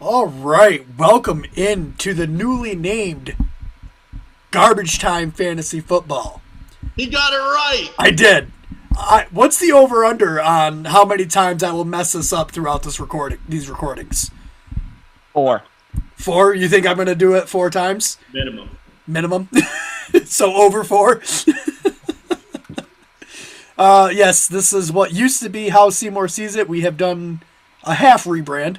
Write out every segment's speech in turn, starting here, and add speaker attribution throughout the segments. Speaker 1: All right, welcome in to the newly named Garbage Time Fantasy Football.
Speaker 2: He got it right.
Speaker 1: I did. I, what's the over under on how many times I will mess this up throughout this recording? These recordings.
Speaker 3: Four.
Speaker 1: Four? You think I'm going to do it four times
Speaker 2: Minimum.
Speaker 1: minimum? so over four. uh, yes, this is what used to be how Seymour sees it. We have done a half rebrand.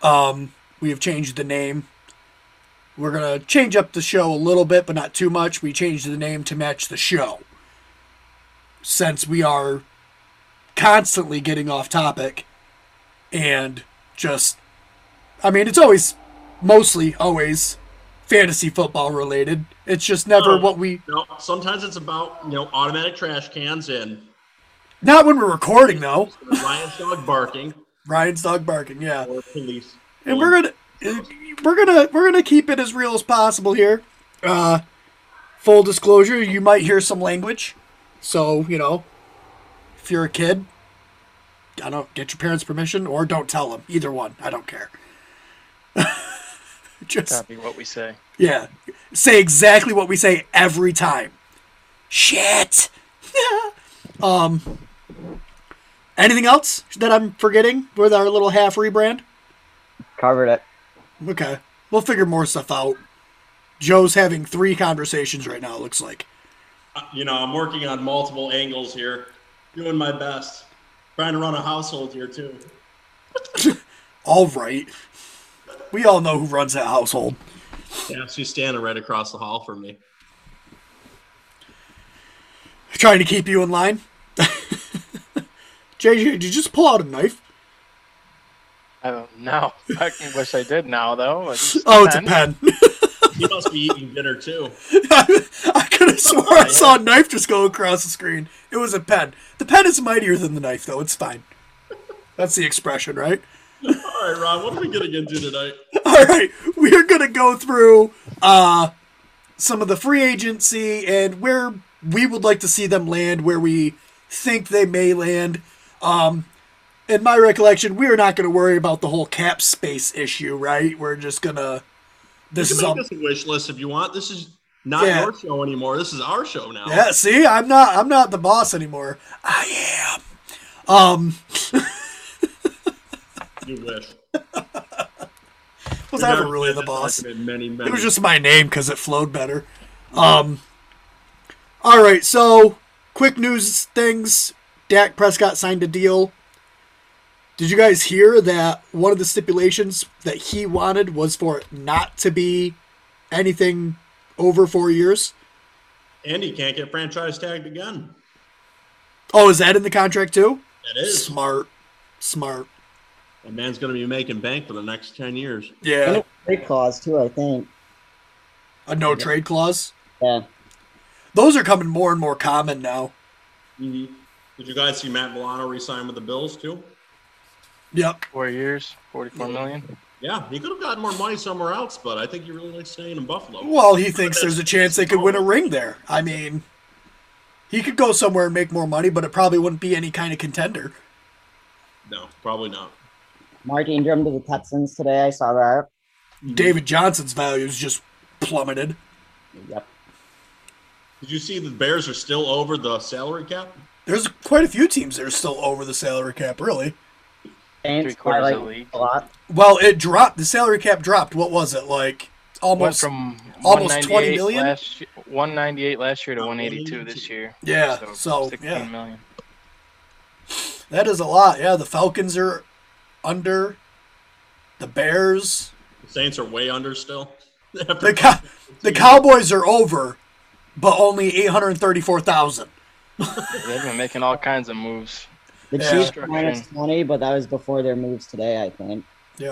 Speaker 1: Um, we have changed the name. We're gonna change up the show a little bit, but not too much. We changed the name to match the show, since we are constantly getting off topic and just. I mean, it's always mostly always fantasy football related. It's just never
Speaker 2: Oh.
Speaker 1: what we
Speaker 2: No, sometimes it's about you know automatic trash cans and
Speaker 1: Not when we're recording though.
Speaker 2: lion's dog barking
Speaker 1: Ryan's dog barking, yeah.
Speaker 2: or police.
Speaker 1: And we're gonna we're gonna we're gonna keep it as real as possible here. Uh full disclosure, you might hear some language. So, you know, if you're a kid, I don't get your parents' permission or don't tell them. Either one, I don't care. Just
Speaker 3: Copy what we say.
Speaker 1: yeah, say exactly what we say every time. Shit. um. Anything else that I'm forgetting with our little half rebrand?
Speaker 3: Covered it.
Speaker 1: Okay, we'll figure more stuff out. Joe's having three conversations right now. It looks like.
Speaker 2: Uh, You know, I'm working on multiple angles here, doing my best, trying to run a household here too.
Speaker 1: All right. We all know who runs that household.
Speaker 2: Yeah, she's standing right across the hall from me.
Speaker 1: Trying to keep you in line. JJ, did you just pull out a knife?
Speaker 3: I don't know. Fucking wish I did now though. It's
Speaker 1: Oh, it's a
Speaker 3: pen.
Speaker 1: pen.
Speaker 2: She must be eating dinner too.
Speaker 1: I, could have swore I saw a knife just go across the screen. It was a pen. The pen is mightier than the knife, though. It's fine. That's the expression, right?
Speaker 2: All right, Ron, what are we gonna get to tonight?
Speaker 1: All right, we're gonna go through uh, some of the free agency and where we would like to see them land, where we think they may land. Um, in my recollection, we are not gonna worry about the whole cap space issue, right? We're just gonna. This
Speaker 2: You
Speaker 1: is
Speaker 2: can
Speaker 1: all.
Speaker 2: make this a wish list if you want. This is not
Speaker 1: Yeah.
Speaker 2: your show anymore. This is our show now.
Speaker 1: Yeah, see, I'm not I'm not the boss anymore. I am. Um
Speaker 2: You wish.
Speaker 1: was
Speaker 2: You're
Speaker 1: I ever
Speaker 2: never
Speaker 1: really the
Speaker 2: gonna
Speaker 1: boss?
Speaker 2: document Many, many.
Speaker 1: It was just my name because it flowed better. Um All right, so quick news things. Dak Prescott signed a deal. Did you guys hear that one of the stipulations that he wanted was for it not to be anything over 4 years?
Speaker 2: Andy can't get franchise tagged again.
Speaker 1: Oh, is that in the contract too?
Speaker 2: That is.
Speaker 1: Smart. Smart.
Speaker 2: That man's going to be making bank for the next 10 years.
Speaker 1: Yeah.
Speaker 4: Great clause too, I think.
Speaker 1: A no trade clause.
Speaker 4: Yeah.
Speaker 1: Those are coming more and more common now.
Speaker 2: Did you guys see Matt Milano resign with the Bills, too?
Speaker 1: Yep.
Speaker 3: Four years, forty-four million.
Speaker 2: Yeah, he could have gotten more money somewhere else, but I think he really likes staying in Buffalo.
Speaker 1: Well, he thinks there's a chance they could win a ring there. I mean, he could go somewhere and make more money, but it probably wouldn't be any kind of contender.
Speaker 2: No, probably not.
Speaker 4: Mark Ingram to the Texans today. I saw that.
Speaker 1: David Johnson's values just plummeted.
Speaker 4: Yep.
Speaker 2: Did you see the Bears are still over the salary cap?
Speaker 1: There's quite a few teams that are still over the salary cap, really.
Speaker 4: Saints
Speaker 3: Three
Speaker 4: by
Speaker 3: quarters
Speaker 4: like
Speaker 3: of the league.
Speaker 4: a lot.
Speaker 1: Well, it dropped. The salary cap dropped. What was it like?
Speaker 3: Went
Speaker 1: Almost.
Speaker 3: from
Speaker 1: almost 20
Speaker 3: 198
Speaker 1: million?
Speaker 3: last one ninety-eight last year to one eighty-two this year.
Speaker 1: yeah. So,
Speaker 3: sixteen
Speaker 1: yeah,
Speaker 3: million.
Speaker 1: that is a lot. Yeah, the Falcons are under. The Bears.
Speaker 2: The Saints are way under still.
Speaker 1: The cow- the Cowboys are over, but only eight hundred thirty-four thousand.
Speaker 3: They've been making all kinds of moves.
Speaker 4: The
Speaker 1: Yeah.
Speaker 4: Chiefs
Speaker 3: Structure.
Speaker 4: minus twenty, but that was before their moves today, I think.
Speaker 1: Yeah.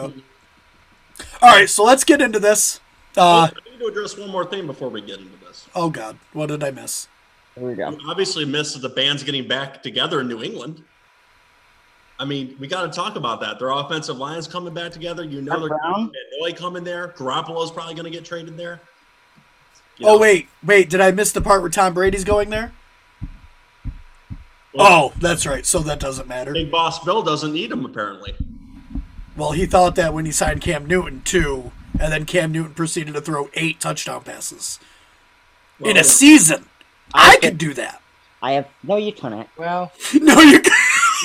Speaker 1: All right, so let's get into this. Uh,
Speaker 2: I need to address one more thing before we get into this.
Speaker 1: oh God, what did I miss?
Speaker 4: Here we go.
Speaker 2: We obviously missed that the band's getting back together in New England. I mean, we got to talk about that. Their offensive line's coming back together. You know,
Speaker 4: Matt
Speaker 2: they're
Speaker 4: Brown?
Speaker 2: Noy coming there. Garoppolo's probably going to get traded there. You
Speaker 1: Oh
Speaker 2: know,
Speaker 1: wait, wait, did I miss the part where Tom Brady's going there?
Speaker 2: Well-
Speaker 1: oh, that's right. So that doesn't matter.
Speaker 2: Big Boss Bill doesn't need him apparently.
Speaker 1: Well, he thought that when he signed Cam Newton too, and then Cam Newton proceeded to throw eight touchdown passes
Speaker 2: Well,
Speaker 1: in a season. I,
Speaker 4: I-
Speaker 1: could do that.
Speaker 4: I have no, you cannot.
Speaker 3: Well,
Speaker 1: No, you. Can-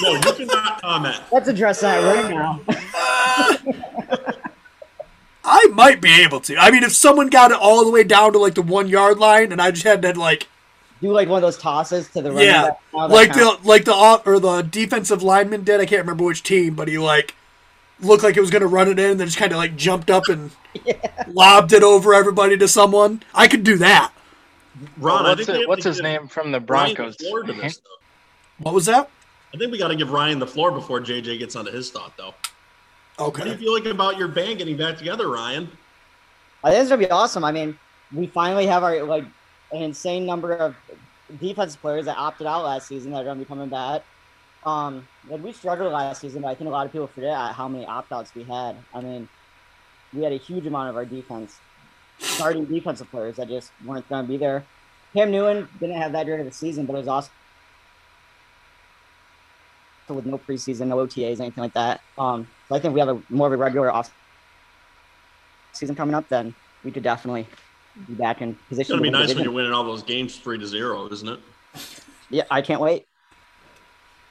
Speaker 2: No, you cannot comment.
Speaker 4: Let's address that right now.
Speaker 1: I might be able to. I mean, if someone got it all the way down to like the one yard line, and I just had that like
Speaker 4: Do like one of those tosses to the running
Speaker 1: yeah,
Speaker 4: back. Oh, that
Speaker 1: like
Speaker 4: counts.
Speaker 1: the like the off or the defensive lineman did. I can't remember which team, but he like looked like he was gonna run it in, and then just kind of like jumped up and lobbed it over everybody to someone. I could do that.
Speaker 2: Ron, I
Speaker 3: what's,
Speaker 2: think we
Speaker 3: it-
Speaker 2: have
Speaker 3: what's
Speaker 2: to
Speaker 3: his
Speaker 2: give
Speaker 3: name from the
Speaker 2: Ryan
Speaker 3: Broncos?
Speaker 2: the floor to this, though.
Speaker 1: What was that?
Speaker 2: I think we got to give Ryan the floor before JJ gets onto his thought, though. What do you
Speaker 1: Okay.
Speaker 2: feel like about your band getting back together, Ryan?
Speaker 4: I think Oh, this is gonna be awesome. I mean, we finally have our like an insane number of defense players that opted out last season that are gonna be coming back. Um, like we struggled last season, but I think a lot of people forget how many opt outs we had. I mean, we had a huge amount of our defense starting defensive players that just weren't gonna be there. Cam Newton didn't have that great of a season, but it was awesome. With no preseason, no OTAs, anything like that. Um, so I think we have a more of a regular off season coming up, then we could definitely be back in
Speaker 2: It's
Speaker 4: position.
Speaker 2: going to be
Speaker 4: to win the
Speaker 2: nice when you're
Speaker 4: division.
Speaker 2: winning all those games three to zero, isn't it?
Speaker 4: Yeah, I can't wait.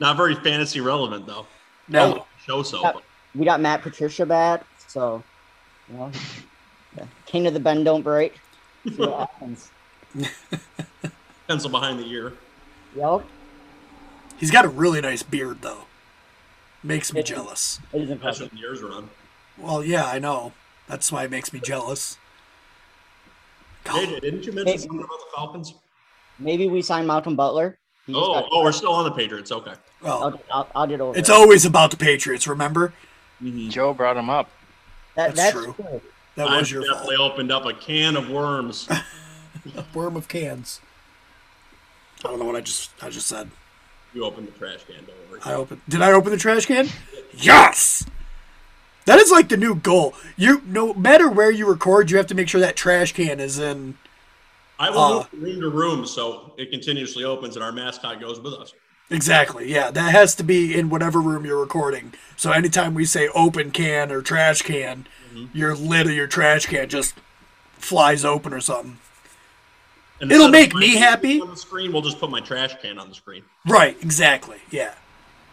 Speaker 2: Not very fantasy relevant, though.
Speaker 1: No.
Speaker 2: Show so.
Speaker 4: Yeah.
Speaker 2: but-
Speaker 4: We got Matt Patricia back, so you know, the king of the bend don't break. See what happens.
Speaker 2: pencil behind the ear.
Speaker 4: Yep,
Speaker 1: He's got a really nice beard though. Makes me jealous.
Speaker 4: it is
Speaker 2: That's
Speaker 4: impressive.
Speaker 2: what the ears are on.
Speaker 1: Well, yeah, I know. That's why it makes me jealous. God.
Speaker 2: JJ, didn't you mention something about the Falcons?
Speaker 4: Maybe we sign Malcolm Butler. He just
Speaker 2: Oh,
Speaker 4: got-
Speaker 2: oh, we're still on the Patriots. Okay.
Speaker 1: Well,
Speaker 4: I'll, I'll, I'll get over
Speaker 1: it's
Speaker 4: it.
Speaker 1: always about the Patriots. Remember
Speaker 3: Joe brought him up.
Speaker 4: That,
Speaker 1: that's
Speaker 4: that's,
Speaker 1: true.
Speaker 4: true.
Speaker 1: that
Speaker 2: I
Speaker 1: was your
Speaker 2: definitely
Speaker 1: fault.
Speaker 2: opened up a can of worms.
Speaker 1: Worm of cans. I don't know what I just I just said.
Speaker 2: you opened the trash can. Don't worry.
Speaker 1: I open. Did I open the trash can? Yes. That is like the new goal. You no matter where you record, you have to make sure that trash can is in.
Speaker 2: I will
Speaker 1: Uh,
Speaker 2: move from room to room so it continuously opens and our mascot goes with us.
Speaker 1: Exactly. Yeah, that has to be in whatever room you're recording. So anytime we say open can or trash can, your lid of your trash can just flies open or something.
Speaker 2: And
Speaker 1: It'll
Speaker 2: instead of
Speaker 1: make
Speaker 2: my
Speaker 1: me
Speaker 2: screen
Speaker 1: happy.
Speaker 2: On the screen, we'll just put my trash can on the screen.
Speaker 1: Right. Exactly. Yeah.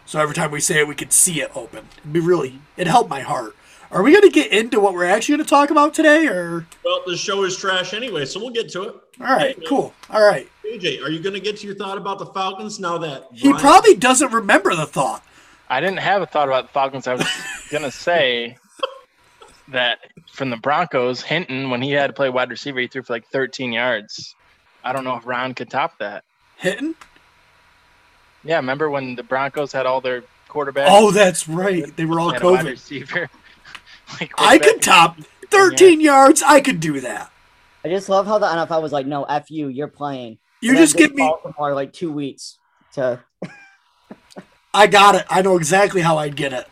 Speaker 1: So every time we say it, we could see it open. It'd be really. It helped my heart. Are we gonna get into what we're actually gonna talk about today, or?
Speaker 2: Well, the show is trash anyway, so we'll get to it.
Speaker 1: All right,
Speaker 2: Hey,
Speaker 1: cool. All right.
Speaker 2: AJ, are you going to get to your thought about the Falcons now that
Speaker 1: He
Speaker 2: Ryan-
Speaker 1: probably doesn't remember the thought.
Speaker 3: I didn't have a thought about the Falcons. I was gonna say that from the Broncos, Hinton, when he had to play wide receiver, he threw for like 13 yards. I don't know if Ron could top that.
Speaker 1: Hitting?
Speaker 3: Yeah, remember when the Broncos had all their quarterbacks?
Speaker 1: Oh, that's right. They were all
Speaker 3: had a wide
Speaker 1: COVID.
Speaker 3: receiver. like
Speaker 1: I
Speaker 3: quarterback.
Speaker 1: could top 13 yards. I could do that.
Speaker 4: I just love how the NFL was like, no, f you, you're playing.
Speaker 1: You
Speaker 4: And then
Speaker 1: just give me.
Speaker 4: Baltimore like two weeks to
Speaker 1: I got it. I know exactly how I'd get it.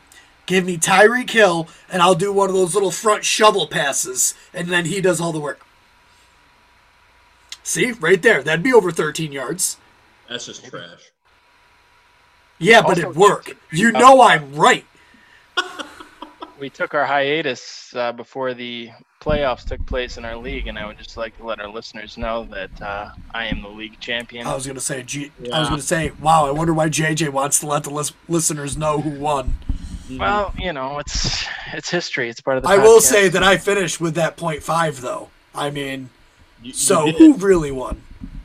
Speaker 1: Give me Tyreek Hill, and I'll do one of those little front shovel passes, and then he does all the work. See, right there. That'd be over 13 yards.
Speaker 2: That's just trash.
Speaker 1: Yeah, but
Speaker 3: Also-
Speaker 1: it'd work. You know I'm right.
Speaker 3: we took our hiatus uh, before the playoffs took place in our league, and I would just like to let our listeners know that uh, I am the league champion.
Speaker 1: I was gonna say, G- I was
Speaker 2: Yeah.
Speaker 1: gonna say, wow. I wonder why JJ wants to let the lis- listeners know who won.
Speaker 3: Well, you know, it's it's history. It's part of the.
Speaker 1: I will
Speaker 3: podcast.
Speaker 1: say that I finished with that point five though. I mean,
Speaker 2: You- you
Speaker 1: so
Speaker 2: did.
Speaker 1: who really won?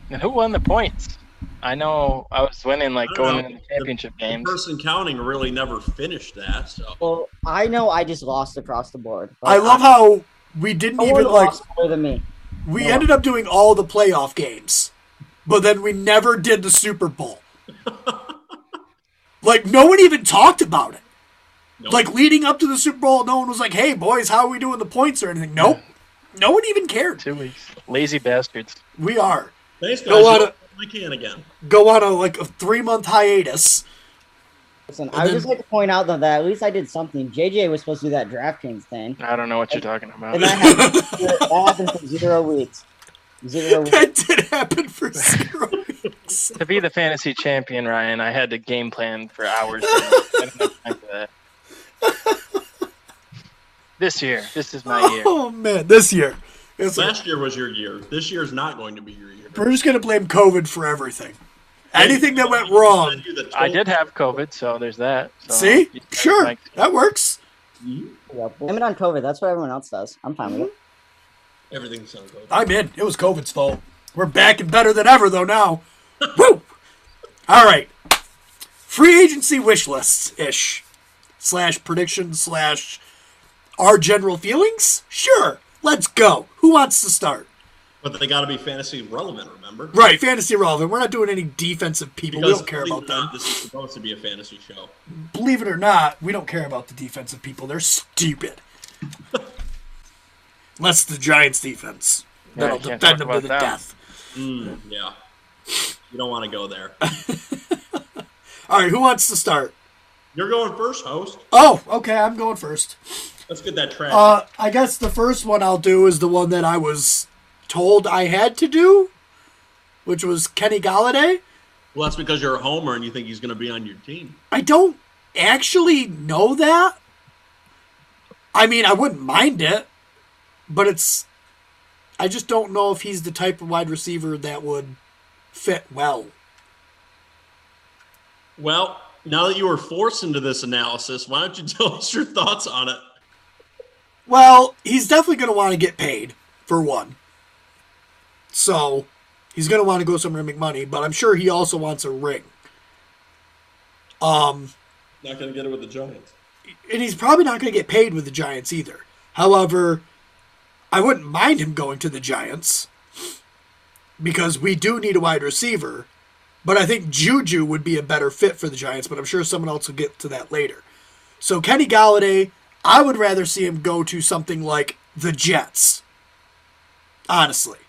Speaker 3: And who won the points? I know I was winning like
Speaker 2: I don't
Speaker 3: going
Speaker 2: know.
Speaker 3: into the championship
Speaker 2: the
Speaker 3: games.
Speaker 2: person counting really never finished that. So
Speaker 4: Well, I know I just lost across the board.
Speaker 1: I
Speaker 4: Like,
Speaker 1: love how we didn't
Speaker 4: no one
Speaker 1: even like
Speaker 4: lost more than me.
Speaker 1: we ended up doing all the playoff games, but then we never did the Super Bowl. like no one even talked about it.
Speaker 2: Nope.
Speaker 1: Like leading up to the Super Bowl, no one was like, "Hey boys, how are we doing the points or anything?" Nope. No one even cared.
Speaker 3: Two weeks. Lazy bastards.
Speaker 1: We are
Speaker 2: thanks,
Speaker 1: Go
Speaker 2: guys.
Speaker 1: on
Speaker 2: I
Speaker 1: a-
Speaker 2: can again.
Speaker 1: go on a like a three month hiatus.
Speaker 4: Listen, I would just like to point out though that at least I did something. JJ was supposed to do that DraftKings thing,
Speaker 3: I don't know what you're talking about.
Speaker 4: and that happened, for, that happened for zero weeks. Zero weeks.
Speaker 1: That did happen for zero weeks.
Speaker 3: to be the fantasy champion, Ryan, I had to game plan for hours. I didn't have time for that. This year, this is my year.
Speaker 1: Oh man, this year. It's like-
Speaker 2: Last year was your year. This year is not going to be your year.
Speaker 1: we're just gonna blame COVID for everything. Anything that went wrong.
Speaker 3: I did have COVID, so there's that. So
Speaker 1: See?
Speaker 3: you guys
Speaker 1: Sure.
Speaker 3: might-
Speaker 1: That works.
Speaker 4: Yeah, blame it on COVID. That's what everyone else does. I'm fine with it.
Speaker 3: Mm-hmm.
Speaker 2: Everything's on COVID.
Speaker 1: I'm in. It was COVID's fault. We're back and better than ever though now. Woo! All right. Free agency wish lists ish. Slash predictions slash our general feelings? Sure. Let's go. Who wants to start?
Speaker 2: But they got to be fantasy relevant, remember?
Speaker 1: Right, fantasy relevant. We're not doing any defensive people. we don't care about
Speaker 2: believe it or
Speaker 1: them.
Speaker 2: not, This is supposed to be a fantasy show.
Speaker 1: believe it or not, we don't care about the defensive people. They're stupid. Unless the Giants' defense.
Speaker 3: Yeah,
Speaker 1: That'll
Speaker 3: you can't
Speaker 1: defend
Speaker 3: talk
Speaker 1: them to
Speaker 3: about
Speaker 1: the
Speaker 3: that.
Speaker 1: death.
Speaker 2: Mm, yeah. You don't want to go there.
Speaker 1: All right, who wants to start?
Speaker 2: You're going first, host.
Speaker 1: Oh, okay, I'm going first.
Speaker 2: Let's get that trash.
Speaker 1: Uh, I guess the first one I'll do is the one that I was told I had to do, which was Kenny Galladay.
Speaker 2: well, that's because you're a homer and you think he's going to be on your team.
Speaker 1: I don't actually know that. I mean, I wouldn't mind it, but it's. I just don't know if he's the type of wide receiver that would fit well.
Speaker 2: Well, now that you were forced into this analysis, why don't you tell us your thoughts on it?
Speaker 1: Well, he's definitely going to want to get paid, for one. So, he's going to want to go somewhere and make money, but I'm sure he also wants a ring. Um,
Speaker 2: Not going to get it with the Giants.
Speaker 1: and he's probably not going to get paid with the Giants either. However, I wouldn't mind him going to the Giants because we do need a wide receiver. But I think Juju would be a better fit for the Giants, but I'm sure someone else will get to that later. So Kenny Galladay, I would rather see him go to something like the Jets. Honestly,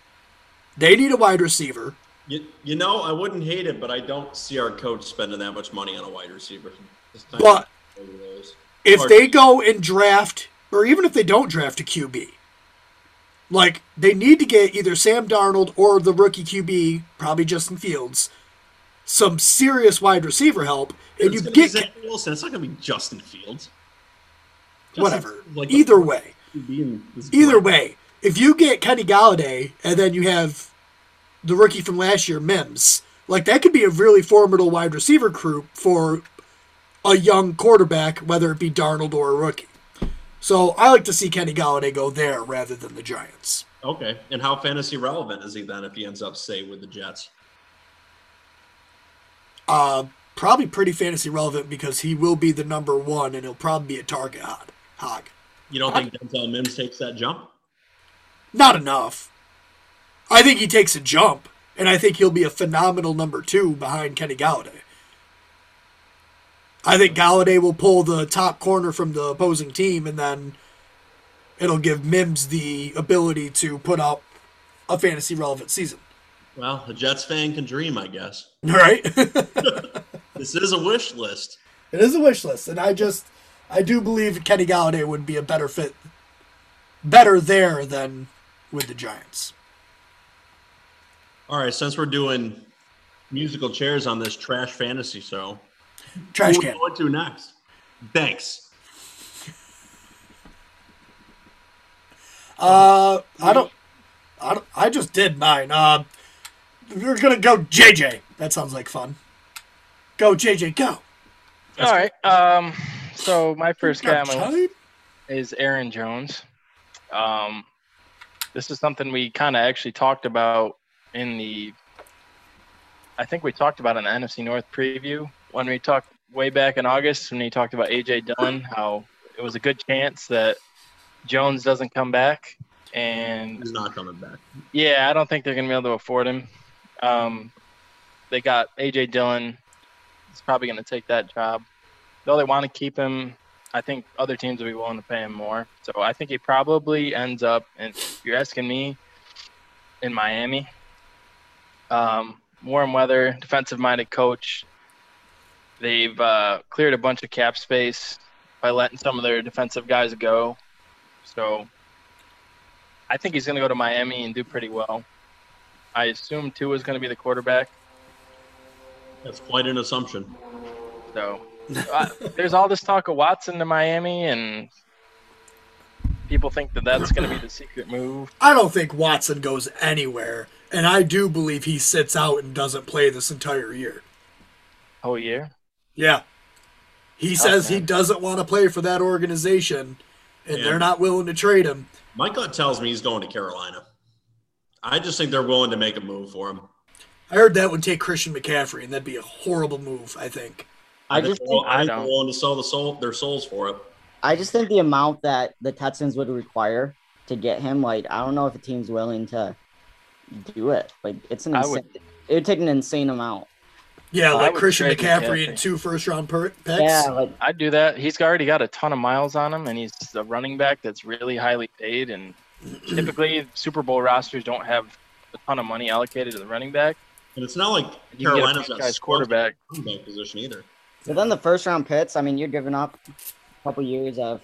Speaker 1: they need a wide receiver.
Speaker 2: You, you know, I wouldn't hate it, but I don't see our coach spending that much money on a wide receiver. This time-
Speaker 1: But- if they go and draft, or even if they don't draft a QB, like they need to get either Sam Darnold or the rookie QB, probably Justin Fields, some serious wide receiver help, and
Speaker 2: It's
Speaker 1: you
Speaker 2: gonna be
Speaker 1: get
Speaker 2: Zach Wilson. It's not going to be Justin Fields. Justin
Speaker 1: whatever.
Speaker 2: Fields, like, the
Speaker 1: either way,
Speaker 2: QB in this
Speaker 1: either
Speaker 2: draft.
Speaker 1: way, if you get Kenny Galladay and then you have the rookie from last year, Mims, like that could be a really formidable wide receiver crew for a young quarterback, whether it be Darnold or a rookie. So I like to see Kenny Galladay go there rather than the Giants.
Speaker 2: Okay. And how fantasy relevant is he then if he ends up, say, with the Jets?
Speaker 1: Uh, probably pretty fantasy relevant because he will be the number one and he'll probably be a target hog. hog.
Speaker 2: You don't think Denzel Mims takes that jump?
Speaker 1: Not enough. I think he takes a jump, and I think he'll be a phenomenal number two behind Kenny Galladay. I think Galladay will pull the top corner from the opposing team, and then it'll give Mims the ability to put out a fantasy relevant season.
Speaker 2: Well, a Jets fan can dream, I guess.
Speaker 1: All right? it
Speaker 2: This is a wish list.
Speaker 1: is a wish list, and I just I do believe Kenny Galladay would be a better fit, better there than with the Giants.
Speaker 2: All right. Since we're doing musical chairs on this trash fantasy show,
Speaker 1: Trash
Speaker 2: who
Speaker 1: can.
Speaker 2: we going to next? Thanks.
Speaker 1: Uh, I don't, I don't, I just did mine. Uh, we're gonna go JJ. That sounds like fun. Go JJ, go.
Speaker 3: All right. Um, so my first guy on my list
Speaker 1: Time?
Speaker 3: is Aaron Jones. Um, this is something we kind of actually talked about in the. I think we talked about it in the NFC North preview when we talked way back in August when we talked about AJ Dillon, how it was a good chance that Jones doesn't come back, and
Speaker 2: He's not coming back.
Speaker 3: yeah, I don't think they're gonna be able to afford him. Um, they got AJ Dillon. He's probably gonna take that job. Though they want to keep him, I think other teams will be willing to pay him more. So I think he probably ends up, and if you're asking me, in Miami. Um, warm weather, defensive-minded coach. They've uh, cleared a bunch of cap space by letting some of their defensive guys go. So I think he's going to go to Miami and do pretty well. I assume Tua is going to be the quarterback.
Speaker 2: That's quite an assumption.
Speaker 3: So uh, there's all this talk of Watson to Miami, and people think that that's going to be the secret move.
Speaker 1: I don't think Watson goes anywhere, and I do believe he sits out and doesn't play this entire year.
Speaker 3: Whole year.
Speaker 1: Yeah. He says he
Speaker 3: Oh, man.
Speaker 1: doesn't want to play for that organization, and
Speaker 2: Yeah.
Speaker 1: they're not willing to trade him.
Speaker 2: My gut tells me he's going to Carolina. I just think they're willing to make a move for him.
Speaker 1: I heard that would take Christian McCaffrey, and that'd be a horrible move, I think.
Speaker 4: I just
Speaker 2: they're,
Speaker 4: think,
Speaker 2: I think
Speaker 3: I
Speaker 2: they're
Speaker 3: don't.
Speaker 2: willing to sell the soul their souls for it.
Speaker 4: I just think the amount that the Texans would require to get him, like I don't know if a team's willing to do it. Like it's an
Speaker 3: I
Speaker 4: insane,
Speaker 3: would-
Speaker 4: it would take an insane amount.
Speaker 1: Yeah,
Speaker 3: Oh, I
Speaker 1: like
Speaker 3: would
Speaker 1: Christian
Speaker 3: trade
Speaker 1: McCaffrey and
Speaker 3: McCaffrey.
Speaker 1: two first round per- picks.
Speaker 4: Yeah, like
Speaker 3: I'd do that. He's already got a ton of miles on him, and he's a running back that's really highly paid. And typically, Super Bowl rosters don't have a ton of money allocated to the running back.
Speaker 2: And it's not like
Speaker 3: You can
Speaker 2: Carolina's
Speaker 3: get a
Speaker 2: got
Speaker 3: franchise
Speaker 2: squad
Speaker 3: quarterback.
Speaker 2: quarterback position either.
Speaker 4: but then the first round pits, I mean you're giving up a couple years of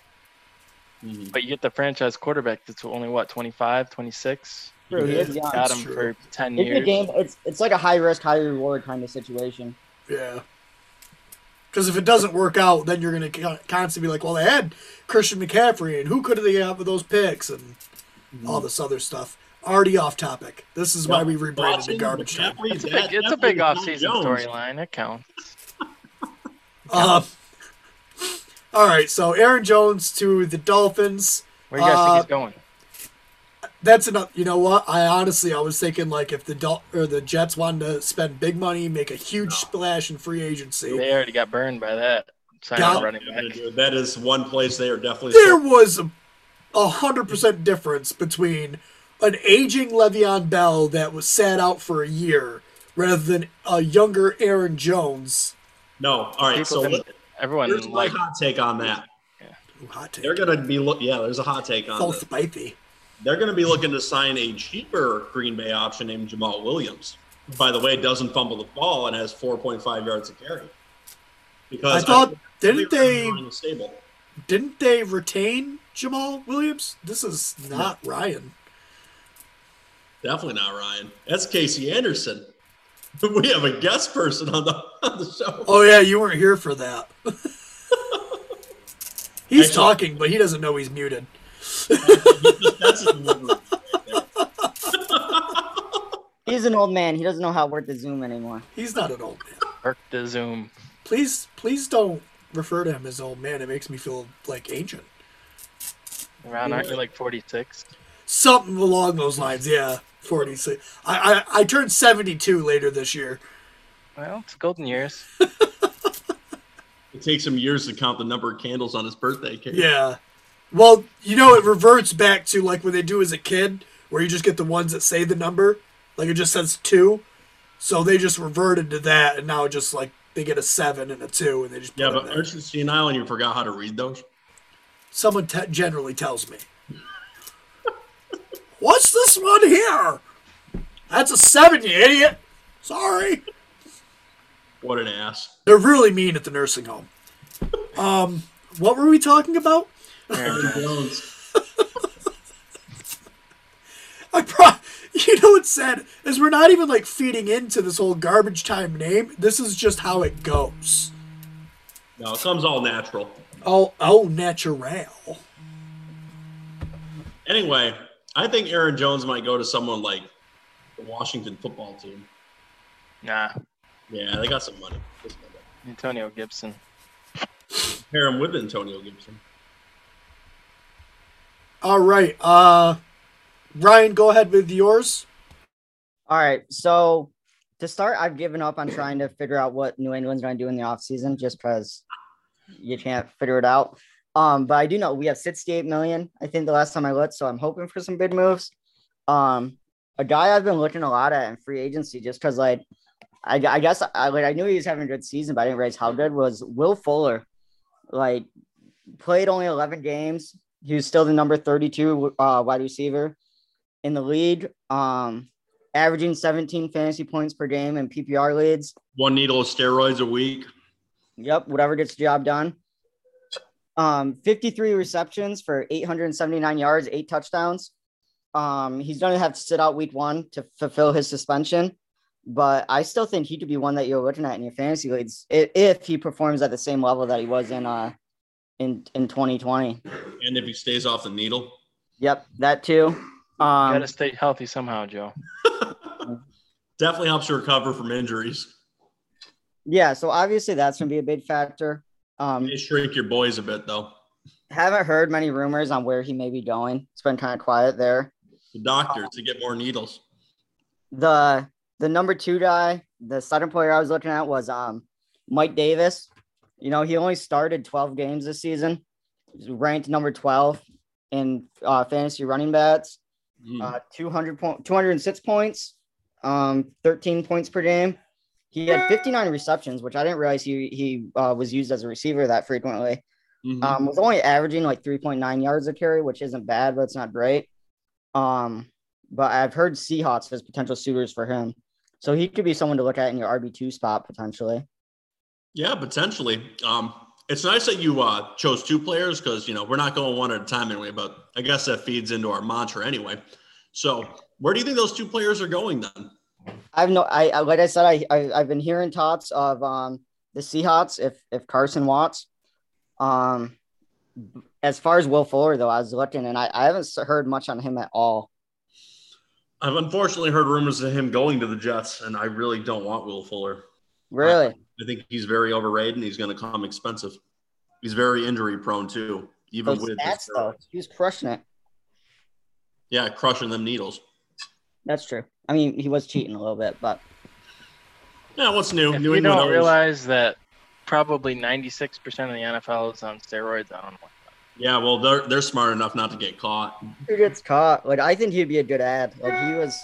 Speaker 1: Mm-hmm.
Speaker 3: But you get the franchise quarterback that's only what 25, 26.
Speaker 4: True, he is young.
Speaker 3: Got
Speaker 1: That's
Speaker 3: him
Speaker 1: true.
Speaker 3: for ten
Speaker 4: It's a
Speaker 3: years.
Speaker 4: game it's it's like a high risk, high reward kind of situation.
Speaker 1: Yeah. Because if it doesn't work out, then you're going to constantly be like, well, they had Christian McCaffrey, and who could they have with those picks, and all this other stuff. Already off topic. This is why we rebranded to
Speaker 2: Watson,
Speaker 1: garbage time.
Speaker 2: McCaffrey,
Speaker 3: It's a
Speaker 2: that-
Speaker 3: big, it's a
Speaker 2: definitely
Speaker 3: big
Speaker 2: Tom
Speaker 3: off-season
Speaker 2: Jones.
Speaker 3: storyline. It counts.
Speaker 1: Uh, all right, so Aaron Jones to the Dolphins.
Speaker 3: Where do you guys
Speaker 1: Uh,
Speaker 3: think he's going?
Speaker 1: That's enough. You know what? I honestly, I was thinking like if the Dol- or the Jets wanted to spend big money, make a huge splash in free agency.
Speaker 3: They already got burned by that. Signing
Speaker 1: Yeah.
Speaker 3: a running
Speaker 2: Yeah,
Speaker 3: back.
Speaker 2: dude, That is one place they are definitely.
Speaker 1: There was a- a hundred percent difference between an aging Le'Veon Bell that was sat out for a year rather than a younger Aaron Jones.
Speaker 2: no, all right.
Speaker 3: People
Speaker 2: So
Speaker 3: didn't- Everyone
Speaker 2: here's my
Speaker 3: like
Speaker 2: hot take on that.
Speaker 1: Ooh, hot take.
Speaker 2: They're gonna be look. Yeah, there's a hot take on
Speaker 1: so
Speaker 2: that.
Speaker 1: spicy.
Speaker 2: They're going to be looking to sign a cheaper Green Bay option named Jamal Williams. who, By the way, doesn't fumble the ball and has 4.5 yards a carry.
Speaker 1: I
Speaker 2: Because
Speaker 1: thought didn't they
Speaker 2: Ryan was stable?
Speaker 1: didn't they retain Jamal Williams? This is not Ryan.
Speaker 2: Definitely not Ryan. That's Casey Anderson. We have a guest person on the on the show.
Speaker 1: Oh yeah, you weren't here for that. he's
Speaker 2: Actually-
Speaker 1: talking, but he doesn't know he's muted. Oh.
Speaker 2: That's his delivery.
Speaker 4: He's an old man. He doesn't know how to work the Zoom anymore.
Speaker 1: He's not an old man.
Speaker 3: Perk to Zoom.
Speaker 1: Please, please don't refer to him as old man. It makes me feel like ancient.
Speaker 3: Around, aren't you like 46?
Speaker 1: Something along those lines. Yeah, forty six. I, I I turned seventy two later this year.
Speaker 3: Well, it's golden years.
Speaker 2: It takes him years to count the number of candles on his birthday cake.
Speaker 1: Yeah. Well, you know, it reverts back to like what they do as a kid, where you just get the ones that say the number. Like it just says two. So they just reverted to that, and now just like they get a seven and a two, and they just put
Speaker 2: Yeah,
Speaker 1: it
Speaker 2: but
Speaker 1: there.
Speaker 2: aren't you senile and you forgot how to read those?
Speaker 1: someone te- generally tells me. What's this one here? That's a seven, you idiot. Sorry.
Speaker 2: What an ass.
Speaker 1: They're really mean at the nursing home. Um, what were we talking about?
Speaker 3: Aaron Jones.
Speaker 2: Jones.
Speaker 1: I pro- you know what's sad is we're not even like feeding into this whole garbage time name. This is just how it goes.
Speaker 2: No, it comes all natural.
Speaker 1: Oh, oh, natural.
Speaker 2: Anyway, I think Aaron Jones might go to someone like the Washington football team.
Speaker 3: Nah,
Speaker 2: Yeah, they got some money. Just got that.
Speaker 3: Antonio Gibson.
Speaker 2: Pair him with Antonio Gibson.
Speaker 1: All right. Uh, Ryan, go ahead with yours.
Speaker 4: All right. So to start, I've given up on trying to figure out what New England's going to do in the offseason just because you can't figure it out. Um, but I do know we have 68 million, I think the last time I looked. So I'm hoping for some big moves. Um, a guy I've been looking a lot at in free agency just because, like, I, I guess I like I knew he was having a good season, but I didn't realize how good was Will Fuller. Like, played only 11 games. He was still the number 32 uh, wide receiver in the league. Um, averaging 17 fantasy points per game and PPR leads.
Speaker 2: One needle of steroids a week.
Speaker 4: Yep, whatever gets the job done. Um, 53 receptions for 879 yards, eight touchdowns. Um, he's going to have to sit out week one to fulfill his suspension, but I still think he could be one that you're looking at in your fantasy leagues i- if he performs at the same level that he was in uh in in 2020.
Speaker 2: And if he stays off the needle,
Speaker 4: Yep, that too. Um,
Speaker 3: Gotta stay healthy somehow, Joe.
Speaker 2: Definitely helps you recover from injuries.
Speaker 4: yeah, so obviously that's gonna be a big factor. Um,
Speaker 2: They shrink your boys a bit though.
Speaker 4: haven't heard many rumors on where he may be going. It's been kind of quiet there.
Speaker 2: The doctors to get more needles.
Speaker 4: The the number two guy, the starting player I was looking at was um Mike Davis. You know, he only started 12 games this season, He's ranked number 12 in uh, fantasy running bats,
Speaker 2: Mm.
Speaker 4: uh, 200 point, 206 points, um, 13 points per game. He had 59 receptions, which I didn't realize he, he uh, was used as a receiver that frequently.
Speaker 2: Mhm.
Speaker 4: Um, was only averaging like 3.9 yards a carry, which isn't bad, but it's not great. Um, but I've heard Seahawks as potential suitors for him. So he could be someone to look at in your RB2 spot potentially.
Speaker 2: Yeah, potentially. Um, it's nice that you uh, chose two players because you know we're not going one at a time anyway. But I guess that feeds into our mantra anyway. So where do you think those two players are going then?
Speaker 4: I've no I, I like I said, I, I I've been hearing tots of um the Seahawks if if Carson Watts. Um as far as Will Fuller though, I was looking and I, I haven't s- heard much on him at all.
Speaker 2: I've unfortunately heard rumors of him going to the Jets, and I really don't want Will Fuller.
Speaker 4: Really.
Speaker 2: I think he's very overrated, and he's going to come expensive. He's very injury prone too, even
Speaker 4: Those
Speaker 2: with his
Speaker 4: stats though,
Speaker 2: steroids.
Speaker 4: he was crushing it.
Speaker 2: yeah, crushing them needles.
Speaker 4: That's true. I mean, he was cheating a little bit, but
Speaker 2: Yeah, what's new?
Speaker 3: If
Speaker 2: New
Speaker 3: you
Speaker 2: England
Speaker 3: don't
Speaker 2: always-
Speaker 3: realize that probably 96% of the NFL is on steroids, I don't know.
Speaker 2: Yeah, well, they're they're smart enough not to get caught.
Speaker 4: who gets caught. Like I think he'd be a good ad. Like he was,